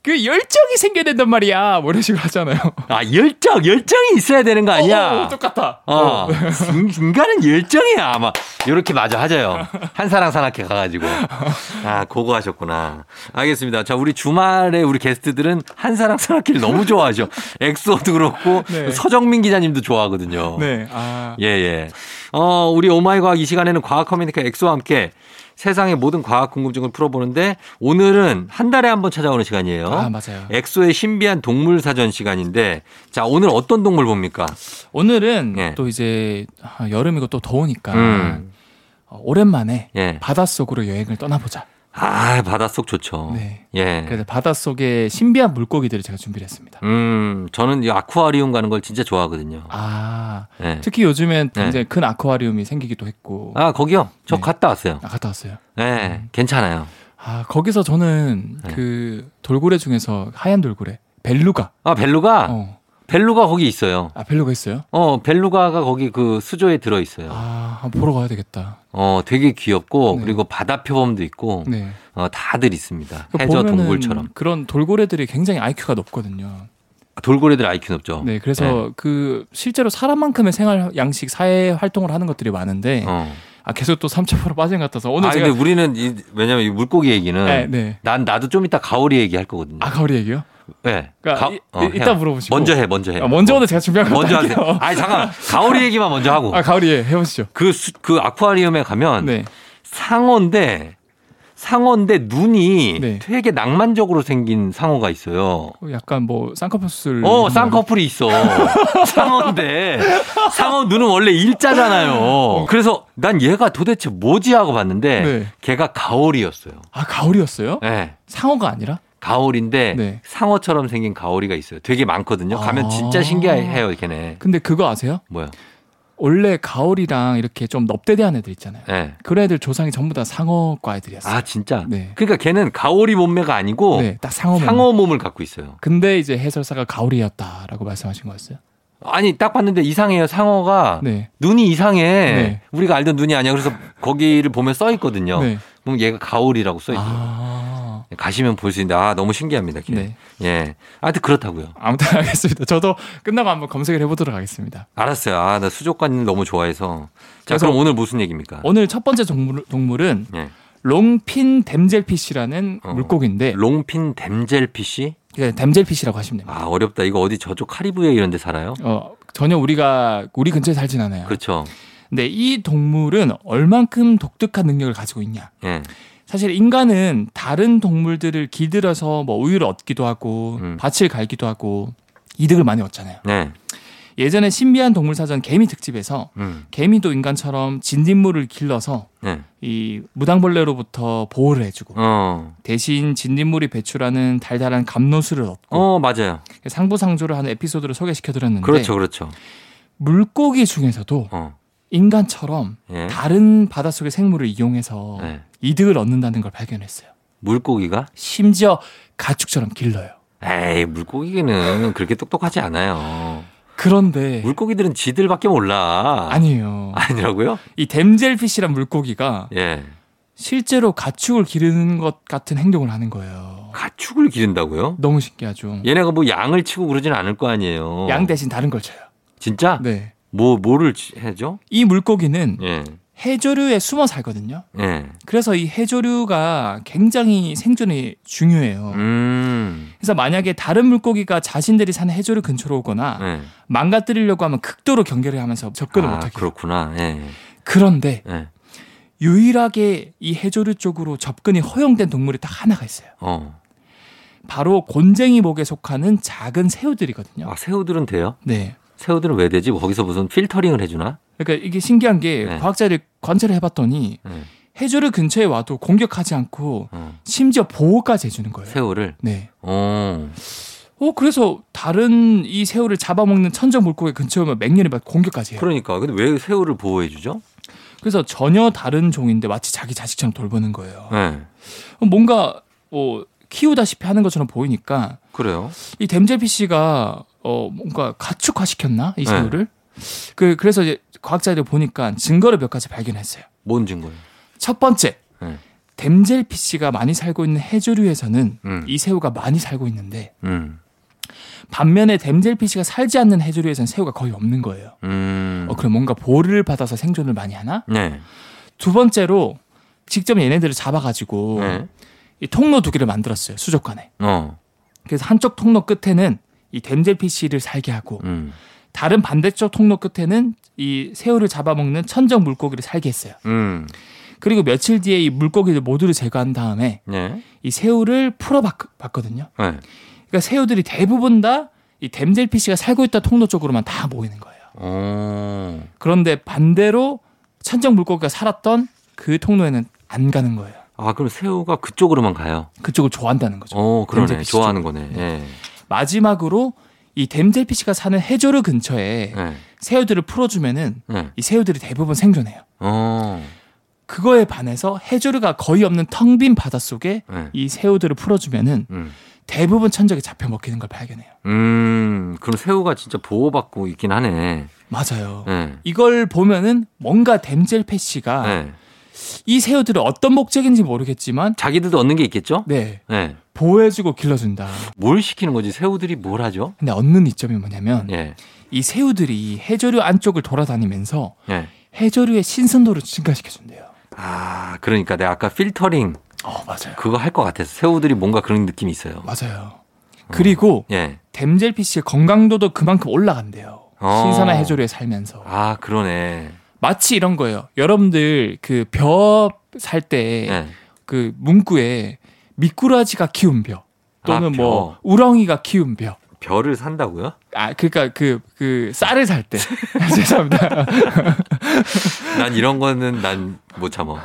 Speaker 5: 그 열정이 생겨낸단 말이야. 뭐 이런 식으로 하잖아요.
Speaker 1: 아, 열정, 열정이 있어야 되는 거 아니야?
Speaker 5: 어, 똑같아.
Speaker 1: 어, 인- 인간은 열정이야, 아마. 요렇게 마저 하자요. 한사랑 산악회 가가지고. 아, 그거 하셨구나. 알겠습니다. 자, 우리 주말에 우리 게스트들은 한사랑 산악회를 너무 좋아하죠. 엑소도 그렇고,
Speaker 5: 네.
Speaker 1: 서정민 기자님도 좋아하거든요.
Speaker 5: 네. 아.
Speaker 1: 예, 예. 어, 우리 오마이 과학 이 시간에는 과학 커뮤니케이터 엑소와 함께 세상의 모든 과학 궁금증을 풀어보는데 오늘은 한 달에 한 번 찾아오는 시간이에요.
Speaker 5: 아, 맞아요.
Speaker 1: 엑소의 신비한 동물 사전 시간인데 자, 오늘 어떤 동물 봅니까?
Speaker 5: 오늘은
Speaker 1: 예.
Speaker 5: 또 이제 아, 여름이고 또 더우니까
Speaker 1: 음.
Speaker 5: 어, 오랜만에
Speaker 1: 예.
Speaker 5: 바닷속으로 여행을 떠나보자.
Speaker 1: 아, 바닷속 좋죠.
Speaker 5: 네.
Speaker 1: 예.
Speaker 5: 그래서 바닷속의 신비한 물고기들을 제가 준비를 했습니다.
Speaker 1: 음, 저는 이 아쿠아리움 가는 걸 진짜 좋아하거든요.
Speaker 5: 아.
Speaker 1: 예.
Speaker 5: 특히 요즘엔
Speaker 1: 네.
Speaker 5: 굉장히 큰 아쿠아리움이 생기기도 했고.
Speaker 1: 아, 거기요? 저
Speaker 5: 네.
Speaker 1: 갔다 왔어요.
Speaker 5: 아, 갔다 왔어요.
Speaker 1: 예, 괜찮아요.
Speaker 5: 아, 거기서 저는
Speaker 1: 네.
Speaker 5: 그 돌고래 중에서 하얀 돌고래. 벨루가.
Speaker 1: 아, 벨루가?
Speaker 5: 어.
Speaker 1: 벨루가 거기 있어요.
Speaker 5: 아, 벨루가 있어요?
Speaker 1: 어, 벨루가가 거기 그 수조에 들어있어요.
Speaker 5: 아, 한번 보러 가야 되겠다.
Speaker 1: 어, 되게 귀엽고,
Speaker 5: 네.
Speaker 1: 그리고 바다 표범도 있고,
Speaker 5: 네.
Speaker 1: 어, 다들 있습니다.
Speaker 5: 그
Speaker 1: 해저
Speaker 5: 보면은
Speaker 1: 동굴처럼.
Speaker 5: 그런 돌고래들이 굉장히 IQ가 높거든요.
Speaker 1: 아, 돌고래들 IQ 높죠?
Speaker 5: 네, 그래서 그 실제로 사람만큼의 생활 양식, 사회 활동을 하는 것들이 많은데
Speaker 1: 어.
Speaker 5: 아 계속 또 삼첩으로 빠진 것 같아서 오늘
Speaker 1: 아,
Speaker 5: 제가
Speaker 1: 근데 우리는, 이, 왜냐면 이 물고기 얘기는,
Speaker 5: 네, 네.
Speaker 1: 난, 나도 좀 이따 가오리 얘기할 거거든요.
Speaker 5: 아 가오리 얘기요?
Speaker 1: 네.
Speaker 5: 그러니까
Speaker 1: 가-
Speaker 5: 이-
Speaker 1: 어,
Speaker 5: 이- 이따
Speaker 1: 해요.
Speaker 5: 물어보시고
Speaker 1: 먼저 해, 먼저 해.
Speaker 5: 아, 먼저 오늘 제가 준비한 거
Speaker 1: 네. 먼저
Speaker 5: 할게요.
Speaker 1: 하세요. 아니 잠깐 가오리 얘기만 먼저 하고
Speaker 5: 아 가오리 예, 해보시죠.
Speaker 1: 그, 수- 그 아쿠아리움에 가면
Speaker 5: 네,
Speaker 1: 상어인데 상어인데 눈이
Speaker 5: 네.
Speaker 1: 되게 낭만적으로 생긴 상어가 있어요.
Speaker 5: 어, 약간 뭐 쌍꺼풀술.
Speaker 1: 어, 쌍꺼풀이 있어. 상어인데 상어 눈은 원래 일자잖아요. 그래서 난 얘가 도대체 뭐지 하고 봤는데
Speaker 5: 어. 네.
Speaker 1: 걔가 가오리였어요.
Speaker 5: 아 가오리였어요?
Speaker 1: 네.
Speaker 5: 상어가 아니라?
Speaker 1: 가오리인데
Speaker 5: 네.
Speaker 1: 상어처럼 생긴 가오리가 있어요. 되게 많거든요. 가면
Speaker 5: 아.
Speaker 1: 진짜 신기해요, 걔네.
Speaker 5: 근데 그거 아세요?
Speaker 1: 뭐야?
Speaker 5: 원래 가오리랑 이렇게 좀 넙대대한 애들 있잖아요.
Speaker 1: 네.
Speaker 5: 그런 애들 조상이 전부 다 상어과 애들이었어요.
Speaker 1: 아, 진짜?
Speaker 5: 네.
Speaker 1: 그러니까 걔는 가오리 몸매가 아니고
Speaker 5: 네, 딱 상어. 몸.
Speaker 1: 상어 몸을 갖고 있어요.
Speaker 5: 근데 이제 해설사가 가오리였다라고 말씀하신 거였어요.
Speaker 1: 아니 딱 봤는데 이상해요. 상어가
Speaker 5: 네.
Speaker 1: 눈이 이상해.
Speaker 5: 네.
Speaker 1: 우리가 알던 눈이 아니야. 그래서 거기를 보면 써 있거든요.
Speaker 5: 네.
Speaker 1: 그럼 얘가 가오리라고 써 있어요.
Speaker 5: 아.
Speaker 1: 예, 가시면 볼 수 있는데 아 너무 신기합니다. 걔.
Speaker 5: 네.
Speaker 1: 예. 아무튼 그렇다고요.
Speaker 5: 아무튼 알겠습니다. 저도 끝나고 한번 검색을 해보도록 하겠습니다.
Speaker 1: 알았어요. 아 나 수족관을 너무 좋아해서. 자
Speaker 5: 그래서- 어?
Speaker 1: 그럼 오늘 무슨 얘기입니까?
Speaker 5: 오늘 첫 번째 동물, 동물은
Speaker 1: 예.
Speaker 5: 롱핀 댐젤피시라는
Speaker 1: 어.
Speaker 5: 물고기인데
Speaker 1: 롱핀 댐젤피시?
Speaker 5: 이게 댐젤피시라고 하시면 됩니다.
Speaker 1: 아 어렵다. 이거 어디 저쪽 카리브해 이런 데 살아요?
Speaker 5: 어, 전혀 우리가 우리 근처에 살진 않아요.
Speaker 1: 그렇죠.
Speaker 5: 근데 이 동물은 얼만큼 독특한 능력을 가지고 있냐?
Speaker 1: 예.
Speaker 5: 사실 인간은 다른 동물들을 길들여서 뭐 우유를 얻기도 하고
Speaker 1: 음.
Speaker 5: 밭을 갈기도 하고 이득을 많이 얻잖아요.
Speaker 1: 네.
Speaker 5: 예전에 신비한 동물 사전 개미 특집에서
Speaker 1: 음.
Speaker 5: 개미도 인간처럼 진딧물을 길러서
Speaker 1: 네.
Speaker 5: 이 무당벌레로부터 보호를 해주고
Speaker 1: 어.
Speaker 5: 대신 진딧물이 배출하는 달달한 감노수를 얻고
Speaker 1: 어 맞아요.
Speaker 5: 상부상조를 하는 에피소드를 소개시켜드렸는데
Speaker 1: 그렇죠, 그렇죠.
Speaker 5: 물고기 중에서도
Speaker 1: 어.
Speaker 5: 인간처럼
Speaker 1: 예.
Speaker 5: 다른 어. 바닷속의 생물을 이용해서
Speaker 1: 네.
Speaker 5: 이득을 얻는다는 걸 발견했어요.
Speaker 1: 물고기가?
Speaker 5: 심지어 가축처럼 길러요.
Speaker 1: 에이 물고기는 그렇게 똑똑하지 않아요.
Speaker 5: 그런데
Speaker 1: 물고기들은 지들밖에 몰라.
Speaker 5: 네. 아니에요.
Speaker 1: 아니라고요?
Speaker 5: 이 댐젤피시란 물고기가
Speaker 1: 예.
Speaker 5: 실제로 가축을 기르는 것 같은 행동을 하는 거예요.
Speaker 1: 아. 가축을 기른다고요?
Speaker 5: 너무 신기하죠.
Speaker 1: 얘네가 뭐 양을 치고 그러진 않을 거 아니에요.
Speaker 5: 양 대신 다른 걸 쳐요.
Speaker 1: 진짜?
Speaker 5: 네.
Speaker 1: 뭐 뭐를 치- 해죠?
Speaker 5: 이 물고기는
Speaker 1: 예.
Speaker 5: 해조류에 숨어 살거든요.
Speaker 1: 예.
Speaker 5: 그래서 이 해조류가 굉장히 생존이 중요해요.
Speaker 1: 음.
Speaker 5: 그래서 만약에 다른 물고기가 자신들이 사는 해조류 근처로 오거나
Speaker 1: 예.
Speaker 5: 망가뜨리려고 하면 극도로 경계를 하면서 접근을
Speaker 1: 아,
Speaker 5: 아, 못하게 요
Speaker 1: 그렇구나. 예.
Speaker 5: 그런데
Speaker 1: 예.
Speaker 5: 유일하게 이 해조류 쪽으로 접근이 허용된 동물이 딱 하나가 있어요.
Speaker 1: 어.
Speaker 5: 바로 곤쟁이목에 속하는 작은 새우들이거든요.
Speaker 1: 아, 새우들은 돼요?
Speaker 5: 네.
Speaker 1: 새우들은 왜 되지? 뭐 거기서 무슨 필터링을 해 주나?
Speaker 5: 그러니까 이게 신기한 게
Speaker 1: 네.
Speaker 5: 과학자들이 관찰을 해봤더니
Speaker 1: 예.
Speaker 5: 해조류 근처에 와도 공격하지 않고
Speaker 1: 어.
Speaker 5: 심지어 보호까지 해주는 거예요.
Speaker 1: 새우를.
Speaker 5: 네.
Speaker 1: 어.
Speaker 5: 어 그래서 다른 이 새우를 잡아먹는 천적 물고기 근처에 오면 맹렬히 막 공격까지 해요.
Speaker 1: 그러니까. 근데 왜 새우를 보호해 주죠?
Speaker 5: 그래서 전혀 다른 종인데 마치 자기 자식처럼 돌보는 거예요.
Speaker 1: 예.
Speaker 5: 뭔가 뭐 키우다시피 하는 것처럼 보이니까
Speaker 1: 그래요.
Speaker 5: 이 댐젤피쉬가 어 뭔가 가축화 시켰나 이
Speaker 1: 네.
Speaker 5: 새우를 그 그래서 이제 과학자들 보니까 증거를 몇 가지 발견했어요.
Speaker 1: 뭔 증거예요?
Speaker 5: 첫 번째
Speaker 1: 네.
Speaker 5: 댐젤피쉬가 많이 살고 있는 해조류에서는
Speaker 1: 음.
Speaker 5: 이 새우가 많이 살고 있는데
Speaker 1: 음.
Speaker 5: 반면에 댐젤피쉬가 살지 않는 해조류에서는 새우가 거의 없는 거예요.
Speaker 1: 음.
Speaker 5: 어, 그 그럼 뭔가 보호를 받아서 생존을 많이 하나?
Speaker 1: 네.
Speaker 5: 두 번째로 직접 얘네들을 잡아가지고
Speaker 1: 네.
Speaker 5: 이 통로 두 개를 만들었어요 수족관에.
Speaker 1: 어.
Speaker 5: 그래서 한쪽 통로 끝에는 이 댐젤피쉬를 살게 하고
Speaker 1: 음.
Speaker 5: 다른 반대쪽 통로 끝에는 이 새우를 잡아먹는 천적 물고기를 살게 했어요.
Speaker 1: 음.
Speaker 5: 그리고 며칠 뒤에 이 물고기를 모두를 제거한 다음에
Speaker 1: 네.
Speaker 5: 이 새우를 풀어봤거든요.
Speaker 1: 네.
Speaker 5: 그러니까 새우들이 대부분 다 이 댐젤피쉬가 살고 있다 통로 쪽으로만 다 모이는 거예요.
Speaker 1: 어.
Speaker 5: 그런데 반대로 천적 물고기가 살았던 그 통로에는 안 가는 거예요.
Speaker 1: 아, 그럼 새우가 그쪽으로만 가요.
Speaker 5: 그쪽을 좋아한다는 거죠.
Speaker 1: 어, 그러네.
Speaker 5: 댐젤피쉬
Speaker 1: 좋아하는 거네.
Speaker 5: 마지막으로 이 댐젤피쉬가 사는 해조류 근처에
Speaker 1: 예. 예.
Speaker 5: 새우들을 풀어주면은
Speaker 1: 예.
Speaker 5: 이 새우들이 대부분 생존해요.
Speaker 1: 어.
Speaker 5: 그거에 반해서 해조류가 거의 없는 텅 빈 바닷속에
Speaker 1: 예.
Speaker 5: 이 새우들을 풀어주면은
Speaker 1: 음.
Speaker 5: 대부분 천적이 잡혀 먹히는 걸 발견해요.
Speaker 1: 음. 그럼 새우가 진짜 보호받고 있긴 하네.
Speaker 5: 맞아요.
Speaker 1: 예.
Speaker 5: 이걸 보면은 뭔가 댐젤패시가
Speaker 1: 예.
Speaker 5: 이 새우들을 어떤 목적인지 모르겠지만
Speaker 1: 자기들도 얻는 게 있겠죠?
Speaker 5: 네
Speaker 1: 예.
Speaker 5: 보호해주고 길러준다.
Speaker 1: 뭘 시키는 거지? 새우들이 뭘 하죠?
Speaker 5: 근데 얻는 이점이 뭐냐면
Speaker 1: 예.
Speaker 5: 이 새우들이 해조류 안쪽을 돌아다니면서
Speaker 1: 예.
Speaker 5: 해조류의 신선도를 증가시켜준대요.
Speaker 1: 아, 그러니까 내가 아까 필터링
Speaker 5: 어 맞아요.
Speaker 1: 그거 할 것 같아서 새우들이 뭔가 그런 느낌이 있어요.
Speaker 5: 맞아요. 그리고
Speaker 1: 예.
Speaker 5: 댐젤피쉬의 건강도도 그만큼 올라간대요.
Speaker 1: 어.
Speaker 5: 신선한 해조류에 살면서.
Speaker 1: 아, 그러네.
Speaker 5: 마치 이런 거예요. 여러분들 그 벼 살 때
Speaker 1: 예.
Speaker 5: 그 문구에 미꾸라지가 키운 벼 또는
Speaker 1: 아, 벼.
Speaker 5: 뭐 우렁이가 키운 벼.
Speaker 1: 별을 산다고요?
Speaker 5: 아 그러니까 그 그 쌀을 살 때 죄송합니다.
Speaker 1: 난 이런 거는 난 못 참어.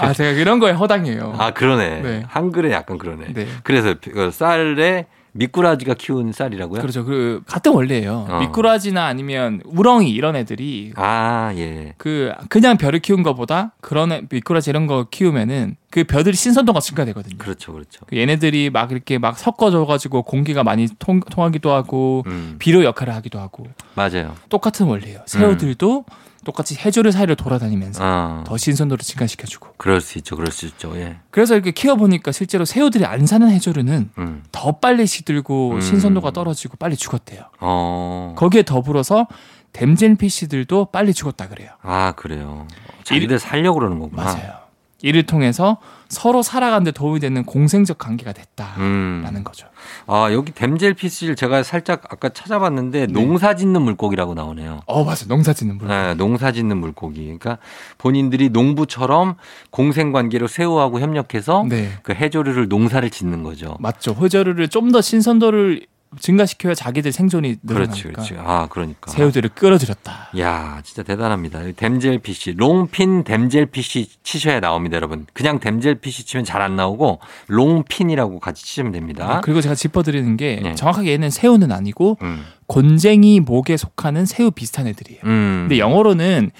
Speaker 5: 아 제가 그런 거에 허당해요.
Speaker 1: 아 그러네.
Speaker 5: 네.
Speaker 1: 한글에 약간 그러네.
Speaker 5: 네.
Speaker 1: 그래서 그 쌀에 미꾸라지가 키운 쌀이라고요?
Speaker 5: 그렇죠. 그 같은 원리예요.
Speaker 1: 어.
Speaker 5: 미꾸라지나 아니면 우렁이 이런 애들이
Speaker 1: 아 예.
Speaker 5: 그 그냥 벼를 키운 거보다 그런 애- 미꾸라지 이런 거 키우면은 그 벼들이 신선도가 증가되거든요.
Speaker 1: 그렇죠, 그렇죠.
Speaker 5: 그 얘네들이 막 이렇게 막 섞어져가지고 공기가 많이 통, 통하기도 하고
Speaker 1: 음
Speaker 5: 비료 역할을 하기도 하고
Speaker 1: 맞아요.
Speaker 5: 똑같은 원리예요. 새우들도 똑같이 해조류 사이를 돌아다니면서
Speaker 1: 음. 아,
Speaker 5: 네. 더 신선도를 증가시켜주고
Speaker 1: 그럴 수 있죠. 그럴 수 있죠. 예.
Speaker 5: 그래서 이렇게 키워보니까 실제로 새우들이 안 사는 해조류는
Speaker 1: 음.
Speaker 5: 더 빨리 시들고
Speaker 1: 음.
Speaker 5: 신선도가 떨어지고 빨리 죽었대요.
Speaker 1: 어.
Speaker 5: 거기에 더불어서 댐젠피쉬들도 빨리 죽었다 그래요.
Speaker 1: 아, 그래요. 자기들 살려고 그러는 거구나.
Speaker 5: 맞아요. 이를 통해서 서로 살아가는데 도움이 되는 공생적 관계가 됐다라는
Speaker 1: 음.
Speaker 5: 거죠.
Speaker 1: 아, 여기 댐젤피쉬를 제가 살짝 아까
Speaker 5: 네.
Speaker 1: 찾아봤는데 농사 짓는 물고기라고 나오네요.
Speaker 5: 어 맞아요. 농사짓는 물.
Speaker 1: 네, 농사 짓는 물고기. 그러니까 본인들이 농부처럼 공생 관계로 새우하고 협력해서
Speaker 5: 네
Speaker 1: 그 해조류를 농사를 짓는 거죠.
Speaker 5: 맞죠. 호저류를 좀 더 신선도를 증가시켜야 자기들 생존이 늘어나니까
Speaker 1: 그렇지, 그렇지. 아, 그러니까.
Speaker 5: 새우들을 끌어들였다.
Speaker 1: 야, 진짜 대단합니다. 이 댐젤피쉬, 롱핀 댐젤피쉬 치셔야 나옵니다, 여러분. 그냥 댐젤피쉬 치면 잘 안 나오고 롱핀이라고 같이 치시면 됩니다.
Speaker 5: 네, 그리고 제가 짚어드리는 게
Speaker 1: 네.
Speaker 5: 정확하게 얘는 새우는 아니고
Speaker 1: 음,
Speaker 5: 곤쟁이 목에 속하는 새우 비슷한 애들이에요.
Speaker 1: 음,
Speaker 5: 근데 영어로는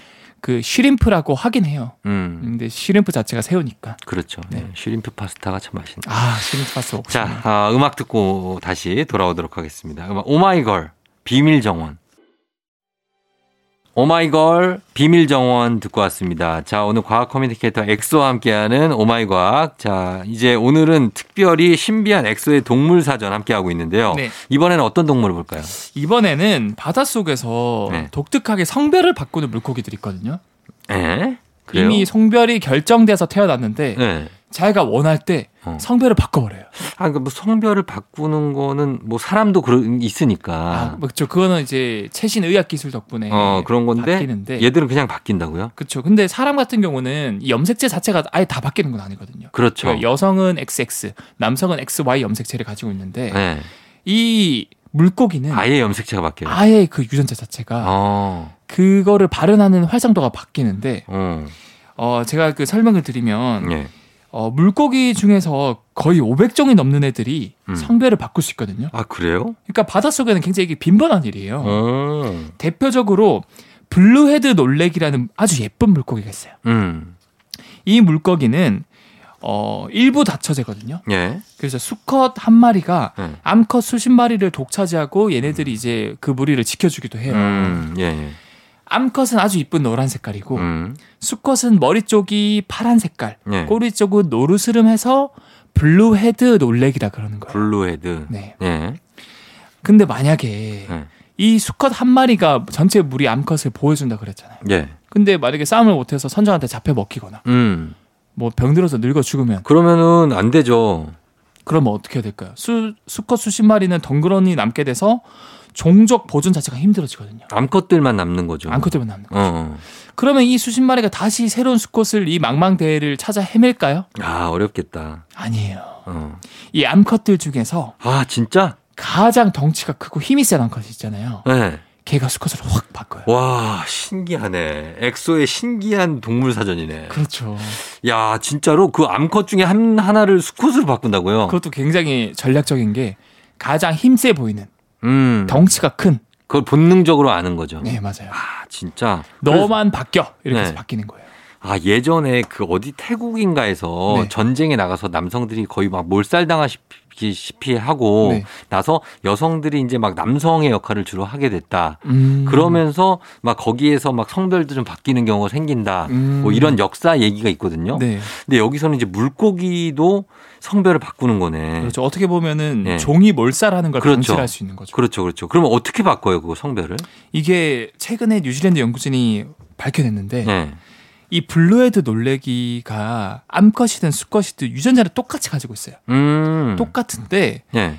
Speaker 5: 그 쉬림프라고 하긴 해요.
Speaker 1: 음,
Speaker 5: 근데 쉬림프 자체가 새우니까.
Speaker 1: 그렇죠.
Speaker 5: 네.
Speaker 1: 슈림프 파스타가 참 맛있네.
Speaker 5: 아 쉬림프 파스 없.
Speaker 1: 자, 아, 음악 듣고 다시 돌아오도록 하겠습니다. 음악 오마이걸 비밀 정원. 오마이걸 비밀 정원 듣고 왔습니다. 자, 오늘 과학 커뮤니케이터 엑소와 함께하는 오마이과학. 자, 이제 오늘은 특별히 신비한 엑소의 동물 사전 함께하고 있는데요.
Speaker 5: 네.
Speaker 1: 이번에는 어떤 동물을 볼까요?
Speaker 5: 이번에는 바닷속에서
Speaker 1: 네.
Speaker 5: 독특하게 성별을 바꾸는 물고기들이 있거든요.
Speaker 1: 예? 그래요?
Speaker 5: 이미 성별이 결정돼서 태어났는데
Speaker 1: 예.
Speaker 5: 자기가 원할 때
Speaker 1: 어.
Speaker 5: 성별을 바꿔버려요.
Speaker 1: 아, 그러니까 뭐 성별을 바꾸는 거는 뭐 사람도 그런
Speaker 5: 아,
Speaker 1: 있으니까.
Speaker 5: 그렇죠. 그거는 이제 최신 의학 기술 덕분에
Speaker 1: 어, 그런 건데 예.
Speaker 5: 바뀌는데
Speaker 1: 얘들은 그냥 바뀐다고요?
Speaker 5: 그렇죠. 근데 사람 같은 경우는 이 염색체 자체가 아예 다 바뀌는 건 아니거든요.
Speaker 1: 그렇죠.
Speaker 5: 그러니까 여성은 XX, 남성은 XY 염색체를 가지고 있는데
Speaker 1: 예.
Speaker 5: 이 물고기는 네. 아예,
Speaker 1: 아예 염색체가 바뀌어요.
Speaker 5: 그 유전자 자체가
Speaker 1: 어,
Speaker 5: 그거를 발현하는 활성도가 바뀌는데
Speaker 1: 어,
Speaker 5: 어 제가 그 설명을 드리면
Speaker 1: 예.
Speaker 5: 어 물고기 중에서 거의 500종이 넘는 애들이
Speaker 1: 음.
Speaker 5: 성별을 바꿀 수 있거든요.
Speaker 1: 아 그래요?
Speaker 5: 그러니까 바닷속에는 굉장히 이게 빈번한 일이에요.
Speaker 1: 어,
Speaker 5: 대표적으로 블루헤드 놀래기라는 아주 예쁜 물고기가 있어요.
Speaker 1: 음,
Speaker 5: 이 물고기는 어 일부 다처제거든요.
Speaker 1: 예,
Speaker 5: 그래서 수컷 한 마리가
Speaker 1: 예.
Speaker 5: 암컷 수십 마리를 독차지하고 얘네들이 이제 그 무리를 지켜주기도 해요.
Speaker 1: 음,
Speaker 5: 아.
Speaker 1: 예, 예.
Speaker 5: 암컷은 아주 이쁜 노란 색깔이고
Speaker 1: 음,
Speaker 5: 수컷은 머리 쪽이 파란 색깔,
Speaker 1: 예.
Speaker 5: 꼬리 쪽은 노르스름해서 블루헤드 놀래기라 그러는 거예요.
Speaker 1: 블루헤드.
Speaker 5: 네.
Speaker 1: 예.
Speaker 5: 근데 만약에
Speaker 1: 예.
Speaker 5: 이 수컷 한 마리가 전체 무리 암컷을 보여준다 그랬잖아요.
Speaker 1: 예.
Speaker 5: 근데 만약에 싸움을 못해서 선장한테 잡혀 먹히거나
Speaker 1: 음.
Speaker 5: 뭐 병들어서 늙어 죽으면
Speaker 1: 그러면은 안 되죠.
Speaker 5: 그러면 어떻게 해야 될까요? 수, 수컷 수십 마리는 덩그러니 남게 돼서 종족 보존 자체가 힘들어지거든요.
Speaker 1: 암컷들만 남는 거죠.
Speaker 5: 암컷 때문에 남는
Speaker 1: 어,
Speaker 5: 거죠.
Speaker 1: 어.
Speaker 5: 그러면 이 수십 마리가 다시 새로운 수컷을 이 망망대해를 찾아 헤맬까요?
Speaker 1: 아 어렵겠다.
Speaker 5: 아니에요.
Speaker 1: 어.
Speaker 5: 이 암컷들 중에서
Speaker 1: 아 진짜?
Speaker 5: 가장 덩치가 크고 힘이 센 암컷 있잖아요.
Speaker 1: 예.
Speaker 5: 걔가 수컷을 확 바꿔요.
Speaker 1: 어. 와 신기하네. 엑소의 신기한 동물 사전이네.
Speaker 5: 그렇죠.
Speaker 1: 야 진짜로 그 암컷 중에 한 하나를 수컷으로 바꾼다고요?
Speaker 5: 어. 그것도 굉장히 전략적인 게 가장 힘세 보이는
Speaker 1: 음.
Speaker 5: 덩치가 큰.
Speaker 1: 그걸 본능적으로 아는 거죠.
Speaker 5: 네 맞아요.
Speaker 1: 아 진짜.
Speaker 5: 너만 바뀌어 이렇게 해서
Speaker 1: 네.
Speaker 5: 바뀌는 거예요.
Speaker 1: 아 예전에 그 어디 태국인가에서
Speaker 5: 네.
Speaker 1: 전쟁에 나가서 남성들이 거의 막 몰살당하시피 하고
Speaker 5: 네.
Speaker 1: 나서 여성들이 이제 막 남성의 역할을 주로 하게 됐다.
Speaker 5: 음.
Speaker 1: 그러면서 막 거기에서 막 성별도 좀 바뀌는 경우가 생긴다.
Speaker 5: 음.
Speaker 1: 뭐 이런 역사 얘기가 있거든요.
Speaker 5: 네.
Speaker 1: 근데 여기서는 이제 물고기도 성별을 바꾸는 거네.
Speaker 5: 그렇죠. 어떻게 보면은
Speaker 1: 네.
Speaker 5: 종이 몰살하는 걸
Speaker 1: 그렇죠.
Speaker 5: 방지할 수 있는 거죠.
Speaker 1: 그렇죠, 그렇죠. 그러면 어떻게 바꿔요, 그거 성별을?
Speaker 5: 이게 최근에 뉴질랜드 연구진이 밝혀냈는데
Speaker 1: 네.
Speaker 5: 이 블루헤드 놀래기가 암컷이든 수컷이든 유전자를 똑같이 가지고 있어요.
Speaker 1: 음.
Speaker 5: 똑같은데
Speaker 1: 네.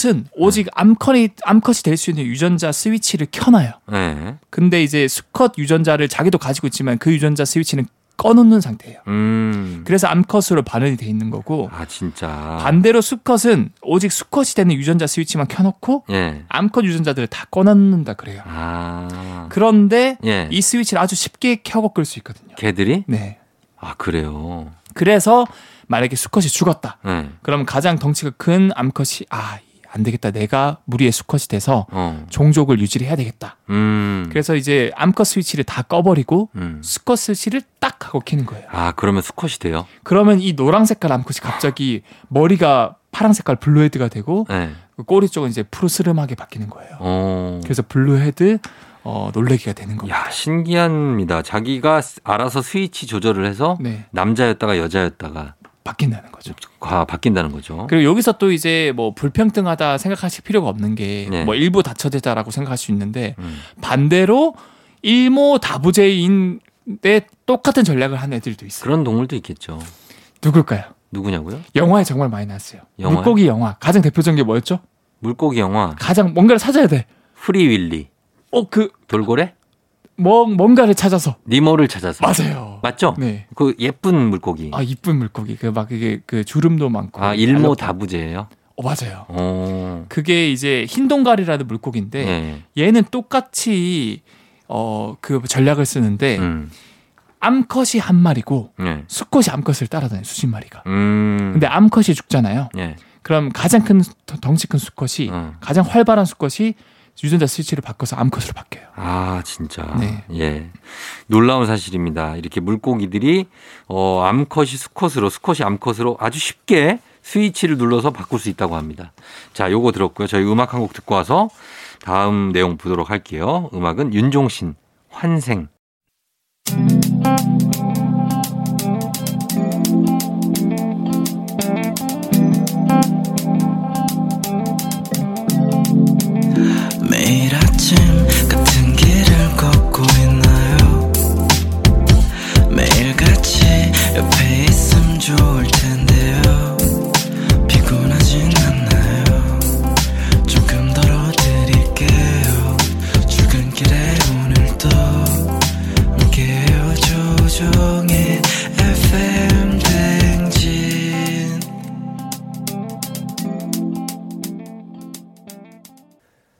Speaker 5: 암컷은 오직 암컷이 암컷이 될 수 있는 유전자 스위치를 켜놔요.
Speaker 1: 네.
Speaker 5: 근데 이제 수컷 유전자를 자기도 가지고 있지만 그 유전자 스위치는 꺼놓는 상태예요.
Speaker 1: 음.
Speaker 5: 그래서 암컷으로 반응이 돼 있는 거고
Speaker 1: 아 진짜.
Speaker 5: 반대로 수컷은 오직 수컷이 되는 유전자 스위치만 켜놓고
Speaker 1: 예.
Speaker 5: 암컷 유전자들을 다 꺼놓는다 그래요.
Speaker 1: 아.
Speaker 5: 그런데
Speaker 1: 예.
Speaker 5: 이 스위치를 아주 쉽게 켜고 끌 수 있거든요.
Speaker 1: 개들이?
Speaker 5: 네.
Speaker 1: 아 그래요.
Speaker 5: 그래서 만약에 수컷이 죽었다.
Speaker 1: 네.
Speaker 5: 그럼 가장 덩치가 큰 암컷이 아 안 되겠다. 내가 무리의 수컷이 돼서
Speaker 1: 어.
Speaker 5: 종족을 유지를 해야 되겠다.
Speaker 1: 음.
Speaker 5: 그래서 이제 암컷 스위치를 다 꺼버리고
Speaker 1: 음.
Speaker 5: 수컷 스위치를 딱 하고 켜는 거예요.
Speaker 1: 아 그러면 수컷이 돼요?
Speaker 5: 그러면 이 노랑 색깔 암컷이 갑자기 머리가 파랑 색깔 블루헤드가 되고 그
Speaker 1: 네.
Speaker 5: 꼬리 쪽은 이제 푸르스름하게 바뀌는 거예요.
Speaker 1: 어.
Speaker 5: 그래서 블루헤드 어, 놀래기가 되는 겁니다.
Speaker 1: 야, 신기합니다. 자기가 스- 알아서 스위치 조절을 해서
Speaker 5: 네,
Speaker 1: 남자였다가 여자였다가
Speaker 5: 바뀐다는 거죠.
Speaker 1: 과 바뀐다는 거죠.
Speaker 5: 그리고 여기서 또 이제 뭐 불평등하다 생각하실 필요가 없는 게 뭐
Speaker 1: 네.
Speaker 5: 일부 다처제자라고 생각할 수 있는데
Speaker 1: 음.
Speaker 5: 반대로 일모 다부제인데 똑같은 전략을 한 애들도 있어요.
Speaker 1: 그런 동물도 있겠죠.
Speaker 5: 누굴까요?
Speaker 1: 누구냐고요?
Speaker 5: 영화에 정말 많이 나왔어요.
Speaker 1: 영화요?
Speaker 5: 물고기 영화 가장 대표적인 게 뭐였죠?
Speaker 1: 물고기 영화
Speaker 5: 가장 뭔가를 찾아야 돼.
Speaker 1: 프리윌리
Speaker 5: 어 그
Speaker 1: 돌고래
Speaker 5: 뭐, 뭔가를 찾아서
Speaker 1: 니모를 찾아서
Speaker 5: 맞아요.
Speaker 1: 맞죠?
Speaker 5: 네.
Speaker 1: 그 예쁜 물고기.
Speaker 5: 아 이쁜 물고기 그 막 이게 그 주름도 많고.
Speaker 1: 아 일모
Speaker 5: 알록-
Speaker 1: 다부제예요.
Speaker 5: 어 맞아요.
Speaker 1: 어.
Speaker 5: 그게 이제 흰동가리라는 물고기인데
Speaker 1: 네.
Speaker 5: 얘는 똑같이 어 그 전략을 쓰는데
Speaker 1: 음.
Speaker 5: 암컷이 한 마리고
Speaker 1: 네.
Speaker 5: 수컷이 암컷을 따라다녀 수십 마리가.
Speaker 1: 음.
Speaker 5: 근데 암컷이 죽잖아요.
Speaker 1: 네.
Speaker 5: 그럼 가장 큰 수- 덩치 큰 수컷이
Speaker 1: 어.
Speaker 5: 가장 활발한 수컷이 유전자 스위치를 바꿔서 암컷으로 바뀌어요.
Speaker 1: 아, 진짜.
Speaker 5: 네.
Speaker 1: 예. 놀라운 사실입니다. 이렇게 물고기들이 어, 암컷이 수컷으로, 수컷이 암컷으로 아주 쉽게 스위치를 눌러서 바꿀 수 있다고 합니다. 자, 요거 들었고요. 저희 음악 한 곡 듣고 와서 다음 내용 보도록 할게요. 음악은 윤종신, 환생.
Speaker 3: 매일 아침 같은 길을 걷고 있나요 매일 같이 옆에 있음 좋을 텐데요 피곤하진 않나요 조금 덜어드릴게요 출근길에 오늘도 함께해요 조종의 FM 댕진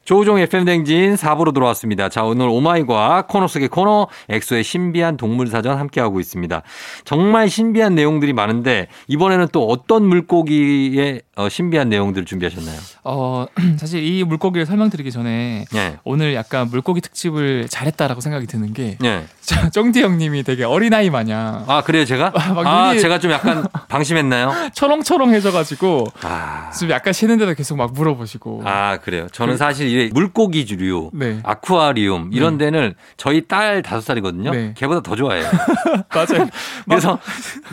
Speaker 1: 조우종 FM 댕진 4부로 돌아왔습니다. 자, 오늘 오마이과 코너 속의 코너 엑소의 신비한 동물 사전 함께하고 있습니다. 정말 신비한 내용들이 많은데 이번에는 또 어떤 물고기의 어, 신비한 내용들을 준비하셨나요?
Speaker 5: 어 사실 이 물고기를 설명드리기 전에
Speaker 1: 예.
Speaker 5: 오늘 약간 물고기 특집을 잘했다라고 생각이 드는 게
Speaker 1: 예.
Speaker 5: 자, 정디 형님이 되게 어린아이 마냥
Speaker 1: 아, 그래요, 제가?
Speaker 5: 아, 막
Speaker 1: 아,
Speaker 5: 눈이-
Speaker 1: 제가 좀 약간 방심했나요?
Speaker 5: 철렁철렁해져가지고
Speaker 1: 아.
Speaker 5: 지금 약간 쉬는데도 계속 막 물어보시고
Speaker 1: 아, 그래요. 저는 사실 이 물고기 주류,
Speaker 5: 네. 음.
Speaker 1: 아쿠아리움 이런 데는 저희 딸 다섯 살이거든요.
Speaker 5: 네.
Speaker 1: 걔보다 더 좋아해요.
Speaker 5: 맞아요.
Speaker 1: 그래서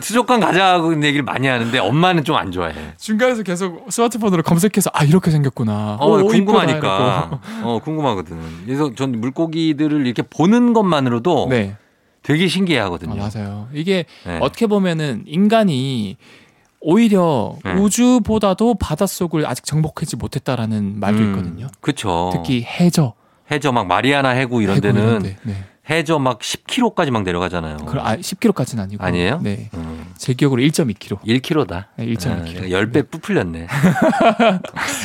Speaker 1: 수족관 가자고 얘기를 많이 하는데 엄마는 좀 안 좋아해.
Speaker 5: 중간에서 계속 스마트폰으로 검색해서 아 이렇게 생겼구나.
Speaker 1: 어,
Speaker 5: 오, 이쁘다 이러고.
Speaker 1: 궁금하니까. 어, 궁금하거든. 그래서 전 물고기들을 이렇게 보는 것만으로도
Speaker 5: 네,
Speaker 1: 되게 신기해
Speaker 5: 아,
Speaker 1: 하거든요.
Speaker 5: 맞아요. 이게
Speaker 1: 어, 네.
Speaker 5: 어떻게 보면은 인간이 오히려
Speaker 1: 네.
Speaker 5: 우주보다도 바닷속을 아직 정복하지 못했다라는 말도
Speaker 1: 음,
Speaker 5: 있거든요.
Speaker 1: 그쵸.
Speaker 5: 특히 해저
Speaker 1: 해저 막 마리아나 해구 이런
Speaker 5: 해구
Speaker 1: 데는
Speaker 5: 데. 네.
Speaker 1: 해저 막 10km까지 막 내려가잖아요.
Speaker 5: 그럼 아, 10km까지는 아니고
Speaker 1: 아니에요?
Speaker 5: 네,
Speaker 1: 음,
Speaker 5: 제 기억으로 1.2km.
Speaker 1: 1km다.
Speaker 5: 네, 1.2km.
Speaker 1: 10배 아, 부풀렸네.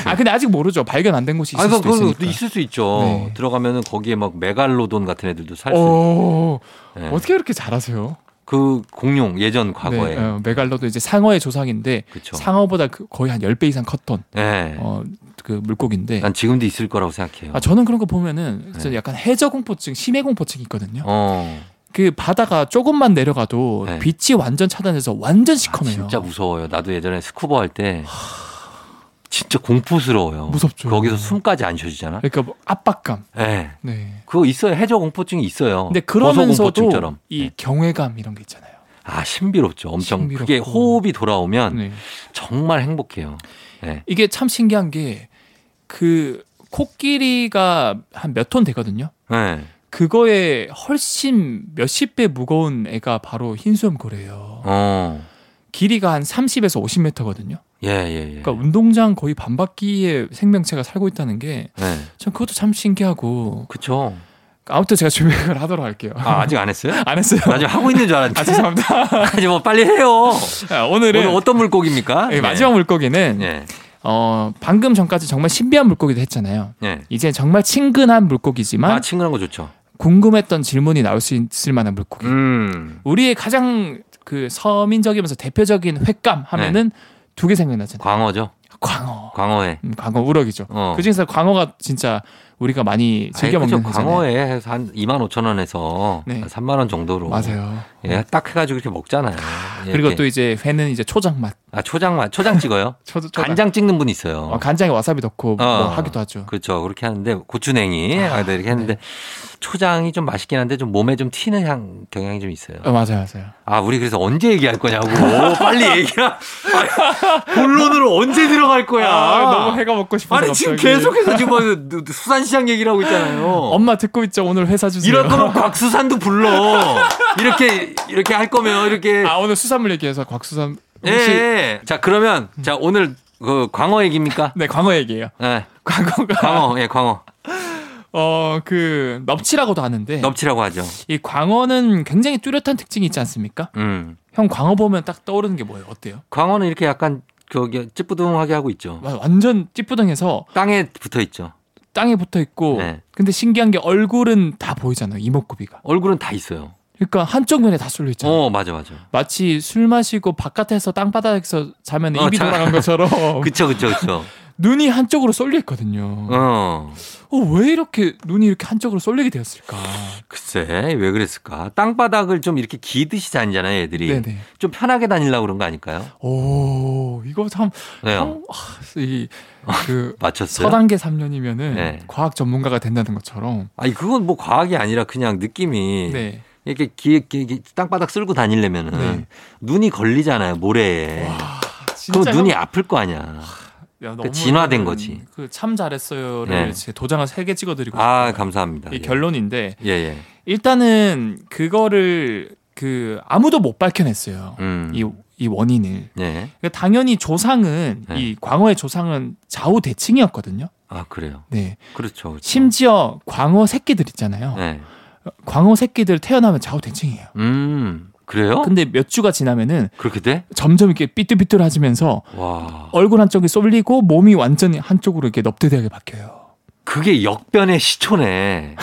Speaker 5: 아 근데 아직 모르죠. 발견 안 된 곳이 있을
Speaker 1: 아니, 뭐
Speaker 5: 수도
Speaker 1: 그건
Speaker 5: 있으니까.
Speaker 1: 있을 수 있죠.
Speaker 5: 네.
Speaker 1: 들어가면은 거기에 막 메갈로돈 같은 애들도 살 수 있고.
Speaker 5: 오,
Speaker 1: 네.
Speaker 5: 어떻게 그렇게 잘하세요?
Speaker 1: 그 공룡 예전 과거에.
Speaker 5: 네, 어, 메갈로도 이제 상어의 조상인데
Speaker 1: 그쵸.
Speaker 5: 상어보다 그- 거의 한 10배 이상 컸던
Speaker 1: 네.
Speaker 5: 어, 그 물고기인데
Speaker 1: 난 지금도 있을 거라고 생각해요.
Speaker 5: 아, 저는 그런 거 보면은
Speaker 1: 네.
Speaker 5: 저는 약간 해저 공포증, 심해 공포증이 있거든요.
Speaker 1: 어.
Speaker 5: 그 바다가 조금만 내려가도
Speaker 1: 네. 아,
Speaker 5: 빛이 완전 차단해서 완전 시커매요.
Speaker 1: 진짜 무서워요. 나도 예전에 스쿠버 할 때 진짜 공포스러워요.
Speaker 5: 무섭죠.
Speaker 1: 거기서 숨까지 안 쉬어지잖아.
Speaker 5: 그러니까 뭐 압박감.
Speaker 1: 네.
Speaker 5: 네.
Speaker 1: 그거 있어요. 해저 공포증이 있어요.
Speaker 5: 근데
Speaker 1: 고소
Speaker 5: 그러면서도
Speaker 1: 공포증처럼.
Speaker 5: 이
Speaker 1: 네.
Speaker 5: 경외감 이런 게 있잖아요.
Speaker 1: 아 신비롭죠. 엄청
Speaker 5: 신비롭고.
Speaker 1: 그게 호흡이 돌아오면
Speaker 5: 네.
Speaker 1: 정말 행복해요. 네.
Speaker 5: 이게 참 신기한 게 그 코끼리가 한 몇 톤 되거든요.
Speaker 1: 네.
Speaker 5: 그거에 훨씬 몇십 배 무거운 애가 바로 흰수염고래예요.
Speaker 1: 어.
Speaker 5: 길이가 한 30에서 50m거든요.
Speaker 1: 예, 예, 예.
Speaker 5: 그러니까 운동장 거의 반바퀴의 생명체가 살고 있다는 게
Speaker 1: 네.
Speaker 5: 전 그것도 참 신기하고
Speaker 1: 그쵸.
Speaker 5: 아무튼 제가 조명을 하도록 할게요.
Speaker 1: 아, 아직 안 했어요?
Speaker 5: 안 했어요.
Speaker 1: 나 지금 하고 있는 줄 알았는데.
Speaker 5: 아 죄송합니다.
Speaker 1: 아니, 뭐 빨리 해요.
Speaker 5: 아, 오늘은
Speaker 1: 오늘 네. 어떤 물고기입니까?
Speaker 5: 예, 마지막 물고기는
Speaker 1: 예.
Speaker 5: 어 방금 전까지 정말 신비한 물고기도 했잖아요.
Speaker 1: 예.
Speaker 5: 이제 정말 친근한 물고기지만
Speaker 1: 아, 친근한 거 좋죠.
Speaker 5: 궁금했던 질문이 나올 수 있을 만한 물고기.
Speaker 1: 음.
Speaker 5: 우리의 가장 그 서민적이면서 대표적인 횟감 하면은
Speaker 1: 네.
Speaker 5: 두 개 생각나잖아요.
Speaker 1: 광어죠.
Speaker 5: 광어,
Speaker 1: 광어회.
Speaker 5: 음, 광어 우럭이죠.
Speaker 1: 어.
Speaker 5: 그 중에서 광어가 진짜 우리가 많이 즐겨
Speaker 1: 아니,
Speaker 5: 먹는
Speaker 1: 그죠.
Speaker 5: 거잖아요.
Speaker 1: 광어에 해서 한 2만 5천 원에서
Speaker 5: 네.
Speaker 1: 3만 원 정도로
Speaker 5: 맞아요.
Speaker 1: 예, 딱 해가지고 이렇게 먹잖아요. 예,
Speaker 5: 그리고
Speaker 1: 이렇게.
Speaker 5: 또 이제 회는 이제 초장 맛.
Speaker 1: 아 초장만 초장 찍어요.
Speaker 5: 초, 초,
Speaker 1: 간장 찍는 분 있어요.
Speaker 5: 어, 간장에 와사비 넣고
Speaker 1: 어.
Speaker 5: 뭐 하기도 하죠.
Speaker 1: 그렇죠. 그렇게 하는데 고추냉이
Speaker 5: 아,
Speaker 1: 아, 네, 이렇게 했는데 초장이 좀 맛있긴 한데 좀 몸에 좀 튀는 향 경향이 좀 있어요.
Speaker 5: 어, 맞아요, 맞아요.
Speaker 1: 아 우리 그래서 언제 얘기할 거냐고 빨리 얘기라. 본론으로 언제 들어갈 거야.
Speaker 5: 아, 너무 회가 먹고 싶어서
Speaker 1: 아. 아니 지금
Speaker 5: 갑자기.
Speaker 1: 계속해서 지금 뭐 수산시장 얘기를 하고 있잖아요.
Speaker 5: 엄마 듣고 있죠. 오늘 회사 주세요.
Speaker 1: 이럴 거면 곽수산도 불러. 이렇게 이렇게 할 거면 이렇게.
Speaker 5: 아 오늘 수산물 얘기해서 곽수산
Speaker 1: 예,
Speaker 5: 혹시
Speaker 1: 예. 자 그러면 자 오늘 그 광어 얘기입니까?
Speaker 5: 네 광어 얘기예요.
Speaker 1: 예.
Speaker 5: 광어가
Speaker 1: 광어 예 광어
Speaker 5: 어 그 넙치라고도 하는데
Speaker 1: 넙치라고 하죠.
Speaker 5: 이 광어는 굉장히 뚜렷한 특징이 있지 않습니까?
Speaker 1: 음
Speaker 5: 형 광어 보면 딱 떠오르는 게 뭐예요? 어때요?
Speaker 1: 광어는 이렇게 약간 저기 찌뿌둥하게 하고 있죠.
Speaker 5: 와, 완전 찌뿌둥해서
Speaker 1: 땅에 붙어 있죠.
Speaker 5: 땅에 붙어 있고
Speaker 1: 네.
Speaker 5: 근데 신기한 게 얼굴은 다 보이잖아요. 이목구비가.
Speaker 1: 얼굴은 다 있어요.
Speaker 5: 그러니까 한쪽 면에 다 쏠려 있잖아요.
Speaker 1: 어 맞아 맞아.
Speaker 5: 마치 술 마시고 바깥에서 땅바닥에서 자면
Speaker 1: 어,
Speaker 5: 입이
Speaker 1: 자-
Speaker 5: 돌아간 것처럼
Speaker 1: 그쵸 그쵸 그쵸.
Speaker 5: 눈이 한쪽으로 쏠려 있거든요.
Speaker 1: 어
Speaker 5: 어, 왜 이렇게 눈이 이렇게 한쪽으로 쏠리게 되었을까?
Speaker 1: 글쎄 왜 그랬을까? 땅바닥을 좀 이렇게 기듯이 다니잖아요 애들이.
Speaker 5: 네네.
Speaker 1: 좀 편하게 다니려고 그런 거 아닐까요?
Speaker 5: 오, 이거 참,
Speaker 1: 네.
Speaker 5: 참 아, 이, 그,
Speaker 1: 맞췄어요.
Speaker 5: 서단계 3년이면은
Speaker 1: 네.
Speaker 5: 과학 전문가가 된다는 것처럼.
Speaker 1: 아니 그건 뭐 과학이 아니라 그냥 느낌이
Speaker 5: 네.
Speaker 1: 이렇게 기, 기, 기- 땅바닥 쓸고 다니려면은
Speaker 5: 네.
Speaker 1: 눈이 걸리잖아요 모래에. 네.
Speaker 5: 와,
Speaker 1: 그럼
Speaker 5: 진짜.
Speaker 1: 눈이
Speaker 5: 형-
Speaker 1: 아플 거 아니야.
Speaker 5: 야, 너무
Speaker 1: 그 진화된 거지.
Speaker 5: 그 참 잘했어요를
Speaker 1: 네.
Speaker 5: 제 도장을 3개 찍어드리고.
Speaker 1: 아
Speaker 5: 싶어요.
Speaker 1: 감사합니다.
Speaker 5: 이 결론인데,
Speaker 1: 예 예.
Speaker 5: 일단은 그거를 그 아무도 못 밝혀냈어요.
Speaker 1: 음.
Speaker 5: 이, 이 원인을.
Speaker 1: 예.
Speaker 5: 그러니까 당연히 조상은
Speaker 1: 네.
Speaker 5: 이 광어의 조상은 좌우 대칭이었거든요.
Speaker 1: 아 그래요.
Speaker 5: 네.
Speaker 1: 그렇죠. 그렇죠.
Speaker 5: 심지어 광어 새끼들 있잖아요.
Speaker 1: 네.
Speaker 5: 광어 새끼들 태어나면 좌우 대칭이에요.
Speaker 1: 음 그래요?
Speaker 5: 근데 몇 주가 지나면은
Speaker 1: 그렇게 돼?
Speaker 5: 점점 이렇게 삐뚤삐뚤해지면서
Speaker 1: 와
Speaker 5: 얼굴 한쪽이 쏠리고 몸이 완전히 한쪽으로 이렇게 넙대대하게 바뀌어요.
Speaker 1: 그게 역변의 시초네.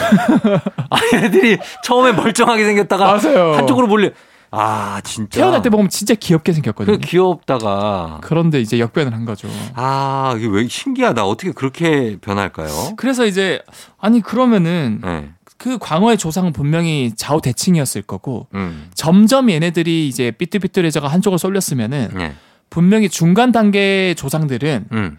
Speaker 1: 아니 애들이 처음에 멀쩡하게 생겼다가
Speaker 5: 맞아요.
Speaker 1: 그러니까 한쪽으로 몰려. 아 진짜.
Speaker 5: 태어날 때 보면 진짜 귀엽게
Speaker 1: 그
Speaker 5: 생겼거든요.
Speaker 1: 귀엽다가
Speaker 5: 그런데 이제 역변을 한 거죠.
Speaker 1: 아 이게 왜 신기하다. 어떻게 그렇게 변할까요?
Speaker 5: 그래서 이제 아니 그러면은
Speaker 1: 네.
Speaker 5: 그 광어의 조상은 분명히 좌우 대칭이었을 거고
Speaker 1: 음.
Speaker 5: 점점 얘네들이 이제 삐뚤삐뚤해져가 한쪽으로 쏠렸으면은
Speaker 1: 네.
Speaker 5: 분명히 중간 단계의 조상들은
Speaker 1: 음.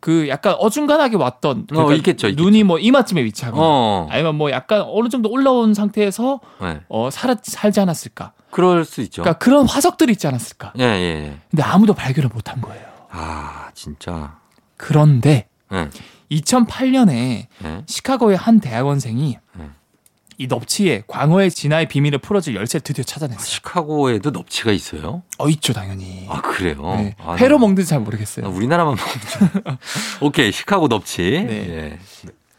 Speaker 5: 그 약간 어중간하게 왔던 그러니까
Speaker 1: 있겠죠, 있겠죠.
Speaker 5: 눈이 뭐 이마쯤에 위치하고 나
Speaker 1: 어.
Speaker 5: 아니면 뭐 약간 어느 정도 올라온 상태에서
Speaker 1: 네.
Speaker 5: 어 살아 살지 않았을까
Speaker 1: 그럴 수 있죠.
Speaker 5: 그러니까 그런 화석들이 있지 않았을까
Speaker 1: 예, 예, 예.
Speaker 5: 근데 아무도 발견을 못한 거예요
Speaker 1: 아, 진짜.
Speaker 5: 그런데
Speaker 1: 예.
Speaker 5: 2008년에
Speaker 1: 예.
Speaker 5: 시카고의 한 대학원생이
Speaker 1: 음.
Speaker 5: 이 넙치에 광어의 진화의 비밀을 풀어줄 열쇠를 드디어 찾아냈어요
Speaker 1: 시카고에도 넙치가 있어요?
Speaker 5: 어 있죠 당연히
Speaker 1: 아, 그래요?
Speaker 5: 네.
Speaker 1: 아,
Speaker 5: 회로
Speaker 1: 나-
Speaker 5: 먹는지 잘
Speaker 1: 나
Speaker 5: 모르겠어요
Speaker 1: 우리나라만 먹는 줄. 오케이, 시카고 넙치. 예,
Speaker 5: 네.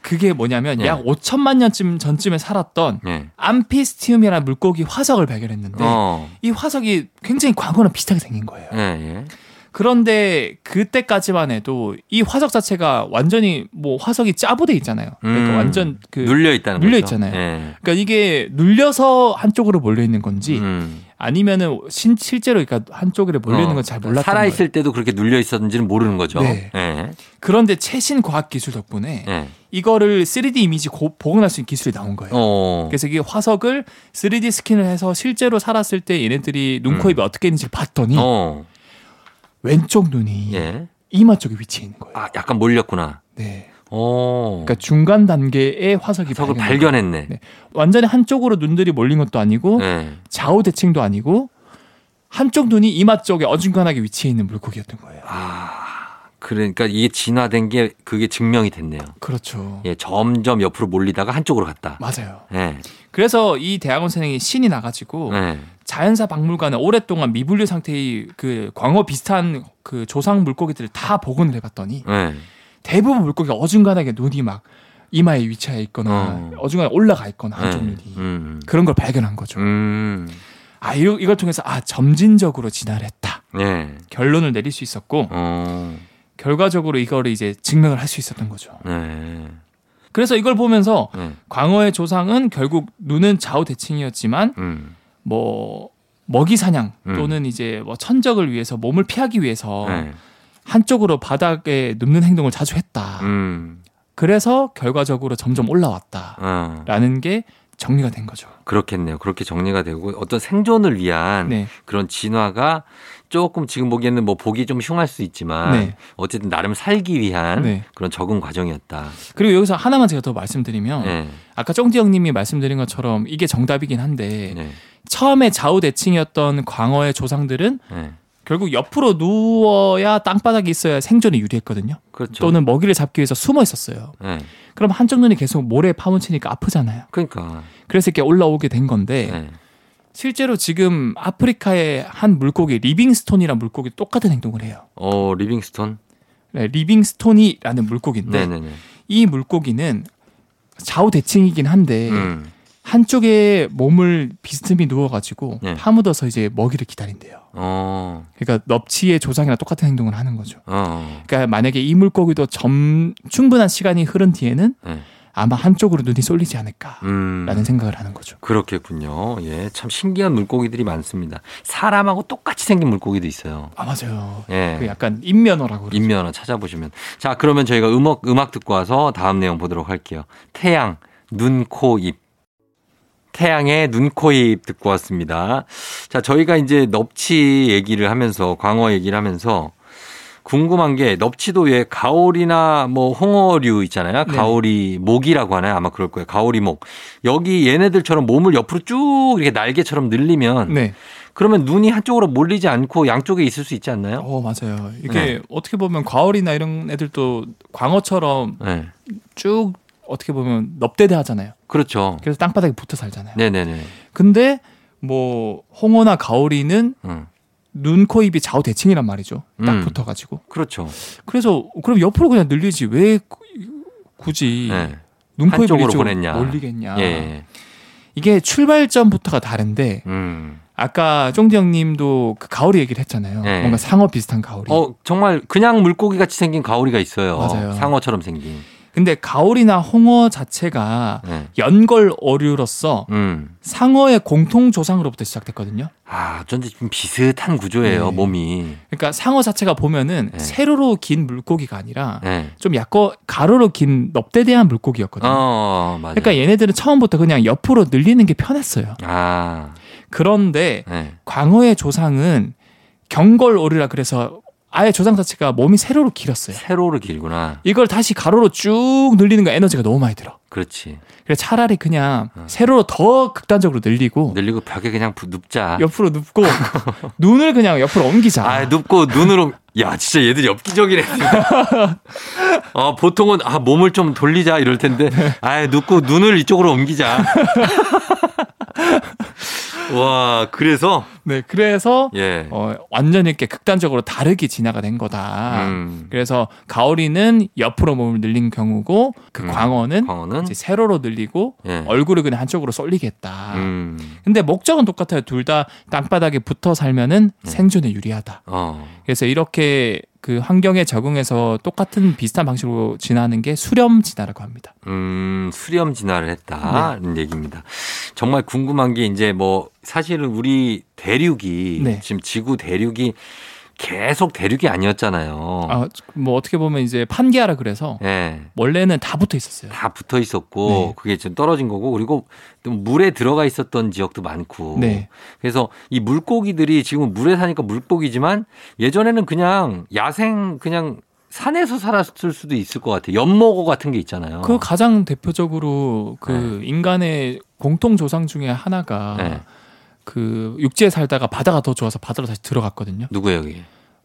Speaker 5: 그게 뭐냐면
Speaker 1: 네.
Speaker 5: 약 5천만 년쯤 전쯤에 살았던
Speaker 1: 예. 예.
Speaker 5: 암피스티움이라는 물고기 화석을 발견했는데
Speaker 1: 어.
Speaker 5: 이 화석이 굉장히 광어랑 비슷하게 생긴 거예요.
Speaker 1: 예, 예.
Speaker 5: 그런데 그때까지만 해도 이 화석 자체가 완전히 뭐 화석이 짜부돼 있잖아요. 그러니까
Speaker 1: 음.
Speaker 5: 완전 그
Speaker 1: 눌려 있다는
Speaker 5: 눌려
Speaker 1: 거죠.
Speaker 5: 있잖아요.
Speaker 1: 예.
Speaker 5: 그러니까 이게 눌려서 한쪽으로 몰려 있는 건지
Speaker 1: 음.
Speaker 5: 아니면은 신, 실제로 그러니까 한쪽으로 몰려 있는
Speaker 1: 어.
Speaker 5: 건 잘 몰랐던
Speaker 1: 살아
Speaker 5: 거예요.
Speaker 1: 있을 때도 그렇게 눌려 있었는지는 모르는 거죠.
Speaker 5: 네.
Speaker 1: 예.
Speaker 5: 그런데 최신 과학 기술 덕분에
Speaker 1: 예.
Speaker 5: 이거를 3D 이미지 고- 복원할 수 있는 기술이 나온 거예요.
Speaker 1: 어.
Speaker 5: 그래서 이게 화석을 3D 스킨을 해서 실제로 살았을 때 얘네들이 눈, 코, 입이 어떻게 있는지를 봤더니
Speaker 1: 음. 어.
Speaker 5: 왼쪽 눈이
Speaker 1: 예.
Speaker 5: 이마 쪽에 위치해 있는 거예요.
Speaker 1: 아, 약간 몰렸구나.
Speaker 5: 네.
Speaker 1: 어.
Speaker 5: 그러니까 중간 단계의 화석이
Speaker 1: 석을
Speaker 5: 발견된
Speaker 1: 발견했네.
Speaker 5: 거예요. 네. 어? 완전히 한쪽으로 눈들이 몰린 것도 아니고
Speaker 1: 예.
Speaker 5: 좌우 대칭도 아니고 한쪽 눈이 이마 쪽에 어중간하게 위치해 있는 물고기였던 거예요.
Speaker 1: 아, 그러니까 이게 진화된 게 그게 증명이 됐네요.
Speaker 5: 그렇죠.
Speaker 1: 예, 점점 옆으로 몰리다가 한쪽으로 갔다.
Speaker 5: 맞아요.
Speaker 1: 예,
Speaker 5: 그래서 이 대학원생이 신이 나가지고
Speaker 1: 예.
Speaker 5: 자연사 박물관에 오랫동안 미분류 상태의 그 광어 비슷한 그 조상 물고기들을 다 복원을 해봤더니
Speaker 1: 예.
Speaker 5: 대부분 물고기가 어중간하게 눈이 막 이마에 위치해 있거나
Speaker 1: 어.
Speaker 5: 어. 중간에 올라가 있거나 한쪽
Speaker 1: 예.
Speaker 5: 눈이
Speaker 1: 음.
Speaker 5: 그런 걸 발견한 거죠.
Speaker 1: 음.
Speaker 5: 아 이, 이걸 통해서 아 점진적으로 진화했다
Speaker 1: 예.
Speaker 5: 결론을 내릴 수 있었고
Speaker 1: 어.
Speaker 5: 결과적으로 이거를 이제 증명을 할 수 있었던 거죠.
Speaker 1: 예.
Speaker 5: 그래서 이걸 보면서
Speaker 1: 예.
Speaker 5: 광어의 조상은 결국 눈은 좌우 대칭이었지만
Speaker 1: 음.
Speaker 5: 뭐 먹이 사냥
Speaker 1: 음.
Speaker 5: 또는 이제 뭐 천적을 위해서 몸을 피하기 위해서
Speaker 1: 예.
Speaker 5: 아. 한쪽으로 바닥에 눕는 행동을 자주 했다.
Speaker 1: 음.
Speaker 5: 그래서 결과적으로 점점 올라왔다라는
Speaker 1: 어,
Speaker 5: 게 정리가 된 거죠.
Speaker 1: 그렇겠네요. 그렇게 정리가 되고 어떤 생존을 위한
Speaker 5: 네.
Speaker 1: 그런 진화가 조금 지금 보기에는 뭐 보기 좀 흉할 수 있지만
Speaker 5: 네.
Speaker 1: 어쨌든 나름 살기 위한
Speaker 5: 네.
Speaker 1: 그런 적응 과정이었다.
Speaker 5: 그리고 여기서 하나만 제가 더 말씀드리면
Speaker 1: 네.
Speaker 5: 아까 정디 형님이 말씀드린 것처럼 이게 정답이긴 한데
Speaker 1: 네.
Speaker 5: 처음에 좌우 대칭이었던 광어의 조상들은
Speaker 1: 네.
Speaker 5: 결국 옆으로 누워야 땅바닥에 있어야 생존에 유리했거든요.
Speaker 1: 그렇죠.
Speaker 5: 또는 먹이를 잡기 위해서 숨어 있었어요.
Speaker 1: 네.
Speaker 5: 그럼 한쪽 눈이 계속 모래에 파묻히니까 아프잖아요.
Speaker 1: 그러니까
Speaker 5: 그래서 이렇게 올라오게 된 건데
Speaker 1: 네.
Speaker 5: 실제로 지금 아프리카의 한 물고기 리빙스톤이란 물고기 똑같은 행동을 해요.
Speaker 1: 어 리빙스톤.
Speaker 5: 네, 리빙스톤이라는 물고기인데
Speaker 1: 네네네.
Speaker 5: 이 물고기는 좌우 대칭이긴 한데
Speaker 1: 음.
Speaker 5: 한쪽에 몸을 비스듬히 누워가지고
Speaker 1: 네.
Speaker 5: 파묻어서 이제 먹이를 기다린대요.
Speaker 1: 어.
Speaker 5: 그러니까 넙치의 조상이랑 똑같은 행동을 하는 거죠.
Speaker 1: 어, 어.
Speaker 5: 그러니까 만약에 이 물고기도 점 충분한 시간이 흐른 뒤에는
Speaker 1: 네.
Speaker 5: 아마 한쪽으로 눈이 쏠리지 않을까라는
Speaker 1: 음.
Speaker 5: 생각을 하는 거죠.
Speaker 1: 그렇겠군요. 예, 참 신기한 물고기들이 많습니다. 사람하고 똑같이 생긴 물고기도 있어요.
Speaker 5: 아 맞아요.
Speaker 1: 예.
Speaker 5: 그 약간 인면어라고 그러죠.
Speaker 1: 인면을 찾아보시면. 자, 그러면 저희가 음악, 음악 듣고 와서 다음 내용 보도록 할게요. 태양, 눈, 코, 입. 태양의 눈, 코, 입 듣고 왔습니다. 자, 저희가 이제 넙치 얘기를 하면서, 광어 얘기를 하면서 궁금한 게 넙치도 왜 가오리나 뭐 홍어류 있잖아요.
Speaker 5: 네.
Speaker 1: 가오리 목이라고 하나요? 아마 그럴 거예요. 가오리 목. 여기 얘네들처럼 몸을 옆으로 쭉 이렇게 날개처럼 늘리면
Speaker 5: 네.
Speaker 1: 그러면 눈이 한쪽으로 몰리지 않고 양쪽에 있을 수 있지 않나요?
Speaker 5: 어 맞아요. 이게
Speaker 1: 네.
Speaker 5: 어떻게 보면 과월이나 이런 애들도 광어처럼
Speaker 1: 네.
Speaker 5: 쭉 어떻게 보면 넙대대하잖아요.
Speaker 1: 그렇죠.
Speaker 5: 그래서 땅바닥에 붙어 살잖아요.
Speaker 1: 네네네.
Speaker 5: 근데 뭐 홍어나 가오리는
Speaker 1: 응.
Speaker 5: 눈, 코, 입이 좌우 대칭이란 말이죠. 딱
Speaker 1: 음.
Speaker 5: 붙어가지고.
Speaker 1: 그렇죠.
Speaker 5: 그래서 그럼 옆으로 그냥 늘리지 왜 구- 굳이
Speaker 1: 예.
Speaker 5: 눈, 코, 입
Speaker 1: 한쪽으로
Speaker 5: 이쪽으로
Speaker 1: 보냈냐.
Speaker 5: 몰리겠냐.
Speaker 1: 예.
Speaker 5: 아. 이게 출발점부터가 다른데
Speaker 1: 음.
Speaker 5: 아까 쫑디 형님도 그 가오리 얘기를 했잖아요.
Speaker 1: 예.
Speaker 5: 뭔가 상어 비슷한 가오리.
Speaker 1: 어, 정말 그냥 물고기 같이 생긴 가오리가 있어요.
Speaker 5: 맞아요.
Speaker 1: 상어처럼 생긴.
Speaker 5: 근데 가오리나 홍어 자체가
Speaker 1: 예.
Speaker 5: 연걸 어류로서
Speaker 1: 음.
Speaker 5: 상어의 공통 조상으로부터 시작됐거든요.
Speaker 1: 아, 어쩐지 좀 비슷한 구조예요,
Speaker 5: 네.
Speaker 1: 몸이.
Speaker 5: 그러니까 상어 자체가 보면은
Speaker 1: 네.
Speaker 5: 세로로 긴 물고기가 아니라
Speaker 1: 예.
Speaker 5: 좀 약간 가로로 긴 넙대대한 물고기였거든요.
Speaker 1: 어, 맞아요.
Speaker 5: 그렇죠. 그러니까 얘네들은 처음부터 그냥 옆으로 늘리는 게 편했어요.
Speaker 1: 아,
Speaker 5: 그런데
Speaker 1: 예.
Speaker 5: 광어의 조상은 경걸오리라 그래서 아예 조상 자체가 몸이 세로로 길었어요.
Speaker 1: 세로로 길구나.
Speaker 5: 이걸 다시 가로로 쭉 늘리는 거 에너지가 너무 많이 들어.
Speaker 1: 그렇지.
Speaker 5: 그래서 차라리 그냥
Speaker 1: 어.
Speaker 5: 세로로 더 극단적으로 늘리고
Speaker 1: 늘리고 벽에 그냥 부- 눕자.
Speaker 5: 옆으로 눕고 눈을 그냥 옆으로 옮기자.
Speaker 1: 아, 눕고 눈으로. 야, 진짜 얘들이 엽기적이네. 어, 보통은 아, 몸을 좀 돌리자 이럴 텐데. 아, 눕고 눈을 이쪽으로 옮기자. 와, 그래서
Speaker 5: 네, 그래서
Speaker 1: 예.
Speaker 5: 어, 완전히 이렇게 극단적으로 다르게 진화가 된 거다.
Speaker 1: 음,
Speaker 5: 그래서 가오리는 옆으로 몸을 늘린 경우고 그
Speaker 1: 음.
Speaker 5: 광어는
Speaker 1: 광어는
Speaker 5: 이제 세로로 늘리고
Speaker 1: 예.
Speaker 5: 얼굴을 그냥 한쪽으로 쏠리겠다.
Speaker 1: 음.
Speaker 5: 근데 목적은 똑같아요. 둘 다 땅바닥에 붙어 살면은
Speaker 1: 음.
Speaker 5: 생존에 유리하다.
Speaker 1: 어.
Speaker 5: 그래서 이렇게 그 환경에 적응해서 똑같은 비슷한 방식으로 진화하는 게 수렴 진화라고 합니다.
Speaker 1: 음, 수렴 진화를 했다는 얘기입니다. 정말 궁금한 게 이제 뭐 사실은 우리 대륙이
Speaker 5: 네.
Speaker 1: 지금 지구 대륙이 계속 대륙이 아니었잖아요.
Speaker 5: 아, 뭐 어떻게 보면 이제 판게아라 그래서
Speaker 1: 예.
Speaker 5: 원래는 다 붙어 있었어요.
Speaker 1: 다 붙어 있었고
Speaker 5: 네.
Speaker 1: 그게 좀 떨어진 거고 그리고 또 물에 들어가 있었던 지역도 많고
Speaker 5: 네.
Speaker 1: 그래서 이 물고기들이 지금 물에 사니까 물고기지만 예전에는 그냥 야생 그냥 산에서 살았을 수도 있을 것 같아요 연모고 같은 게 있잖아요
Speaker 5: 그 가장 대표적으로 그 인간의 공통 조상 중에 하나가
Speaker 1: 네.
Speaker 5: 그 육지에 살다가 바다가 더 좋아서 바다로 다시 들어갔거든요.
Speaker 1: 누구예요 여기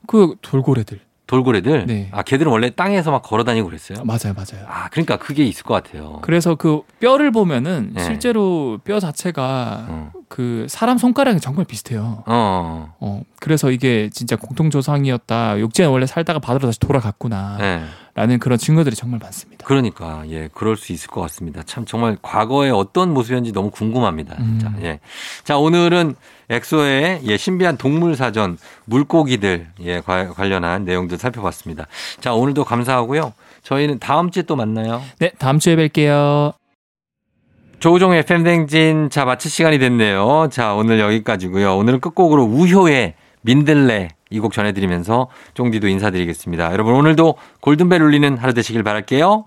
Speaker 5: 그 돌고래들.
Speaker 1: 돌고래들
Speaker 5: 네.
Speaker 1: 아 걔들은 원래 땅에서 막 걸어 다니고 그랬어요
Speaker 5: 맞아요, 맞아요.
Speaker 1: 아 그러니까 그게 있을 것 같아요
Speaker 5: 그래서 그 뼈를 보면은
Speaker 1: 네.
Speaker 5: 실제로 뼈 자체가
Speaker 1: 어.
Speaker 5: 그 사람 손가락이 정말 비슷해요.
Speaker 1: 어, 어.
Speaker 5: 어, 그래서 이게 진짜 공통 조상이었다. 육지에 원래 살다가 바다로 다시 돌아갔구나라는
Speaker 1: 네.
Speaker 5: 그런 증거들이 정말 많습니다.
Speaker 1: 그러니까 예 그럴 수 있을 것 같습니다. 참 정말 과거의 어떤 모습이었는지 너무 궁금합니다. 진짜
Speaker 5: 음.
Speaker 1: 예. 자 오늘은 엑소의 예 신비한 동물 사전 물고기들 예 과- 관련한 내용들 살펴봤습니다. 자 오늘도 감사하고요. 저희는 다음 주에 또 만나요.
Speaker 5: 네, 다음 주에 뵐게요.
Speaker 1: 조우종의 팬댕진 자 마칠 시간이 됐네요. 자 오늘 여기까지고요. 오늘은 끝곡으로 우효의 민들레 이 곡 전해드리면서 쫑디도 인사드리겠습니다. 여러분 오늘도 골든벨 울리는 하루 되시길 바랄게요.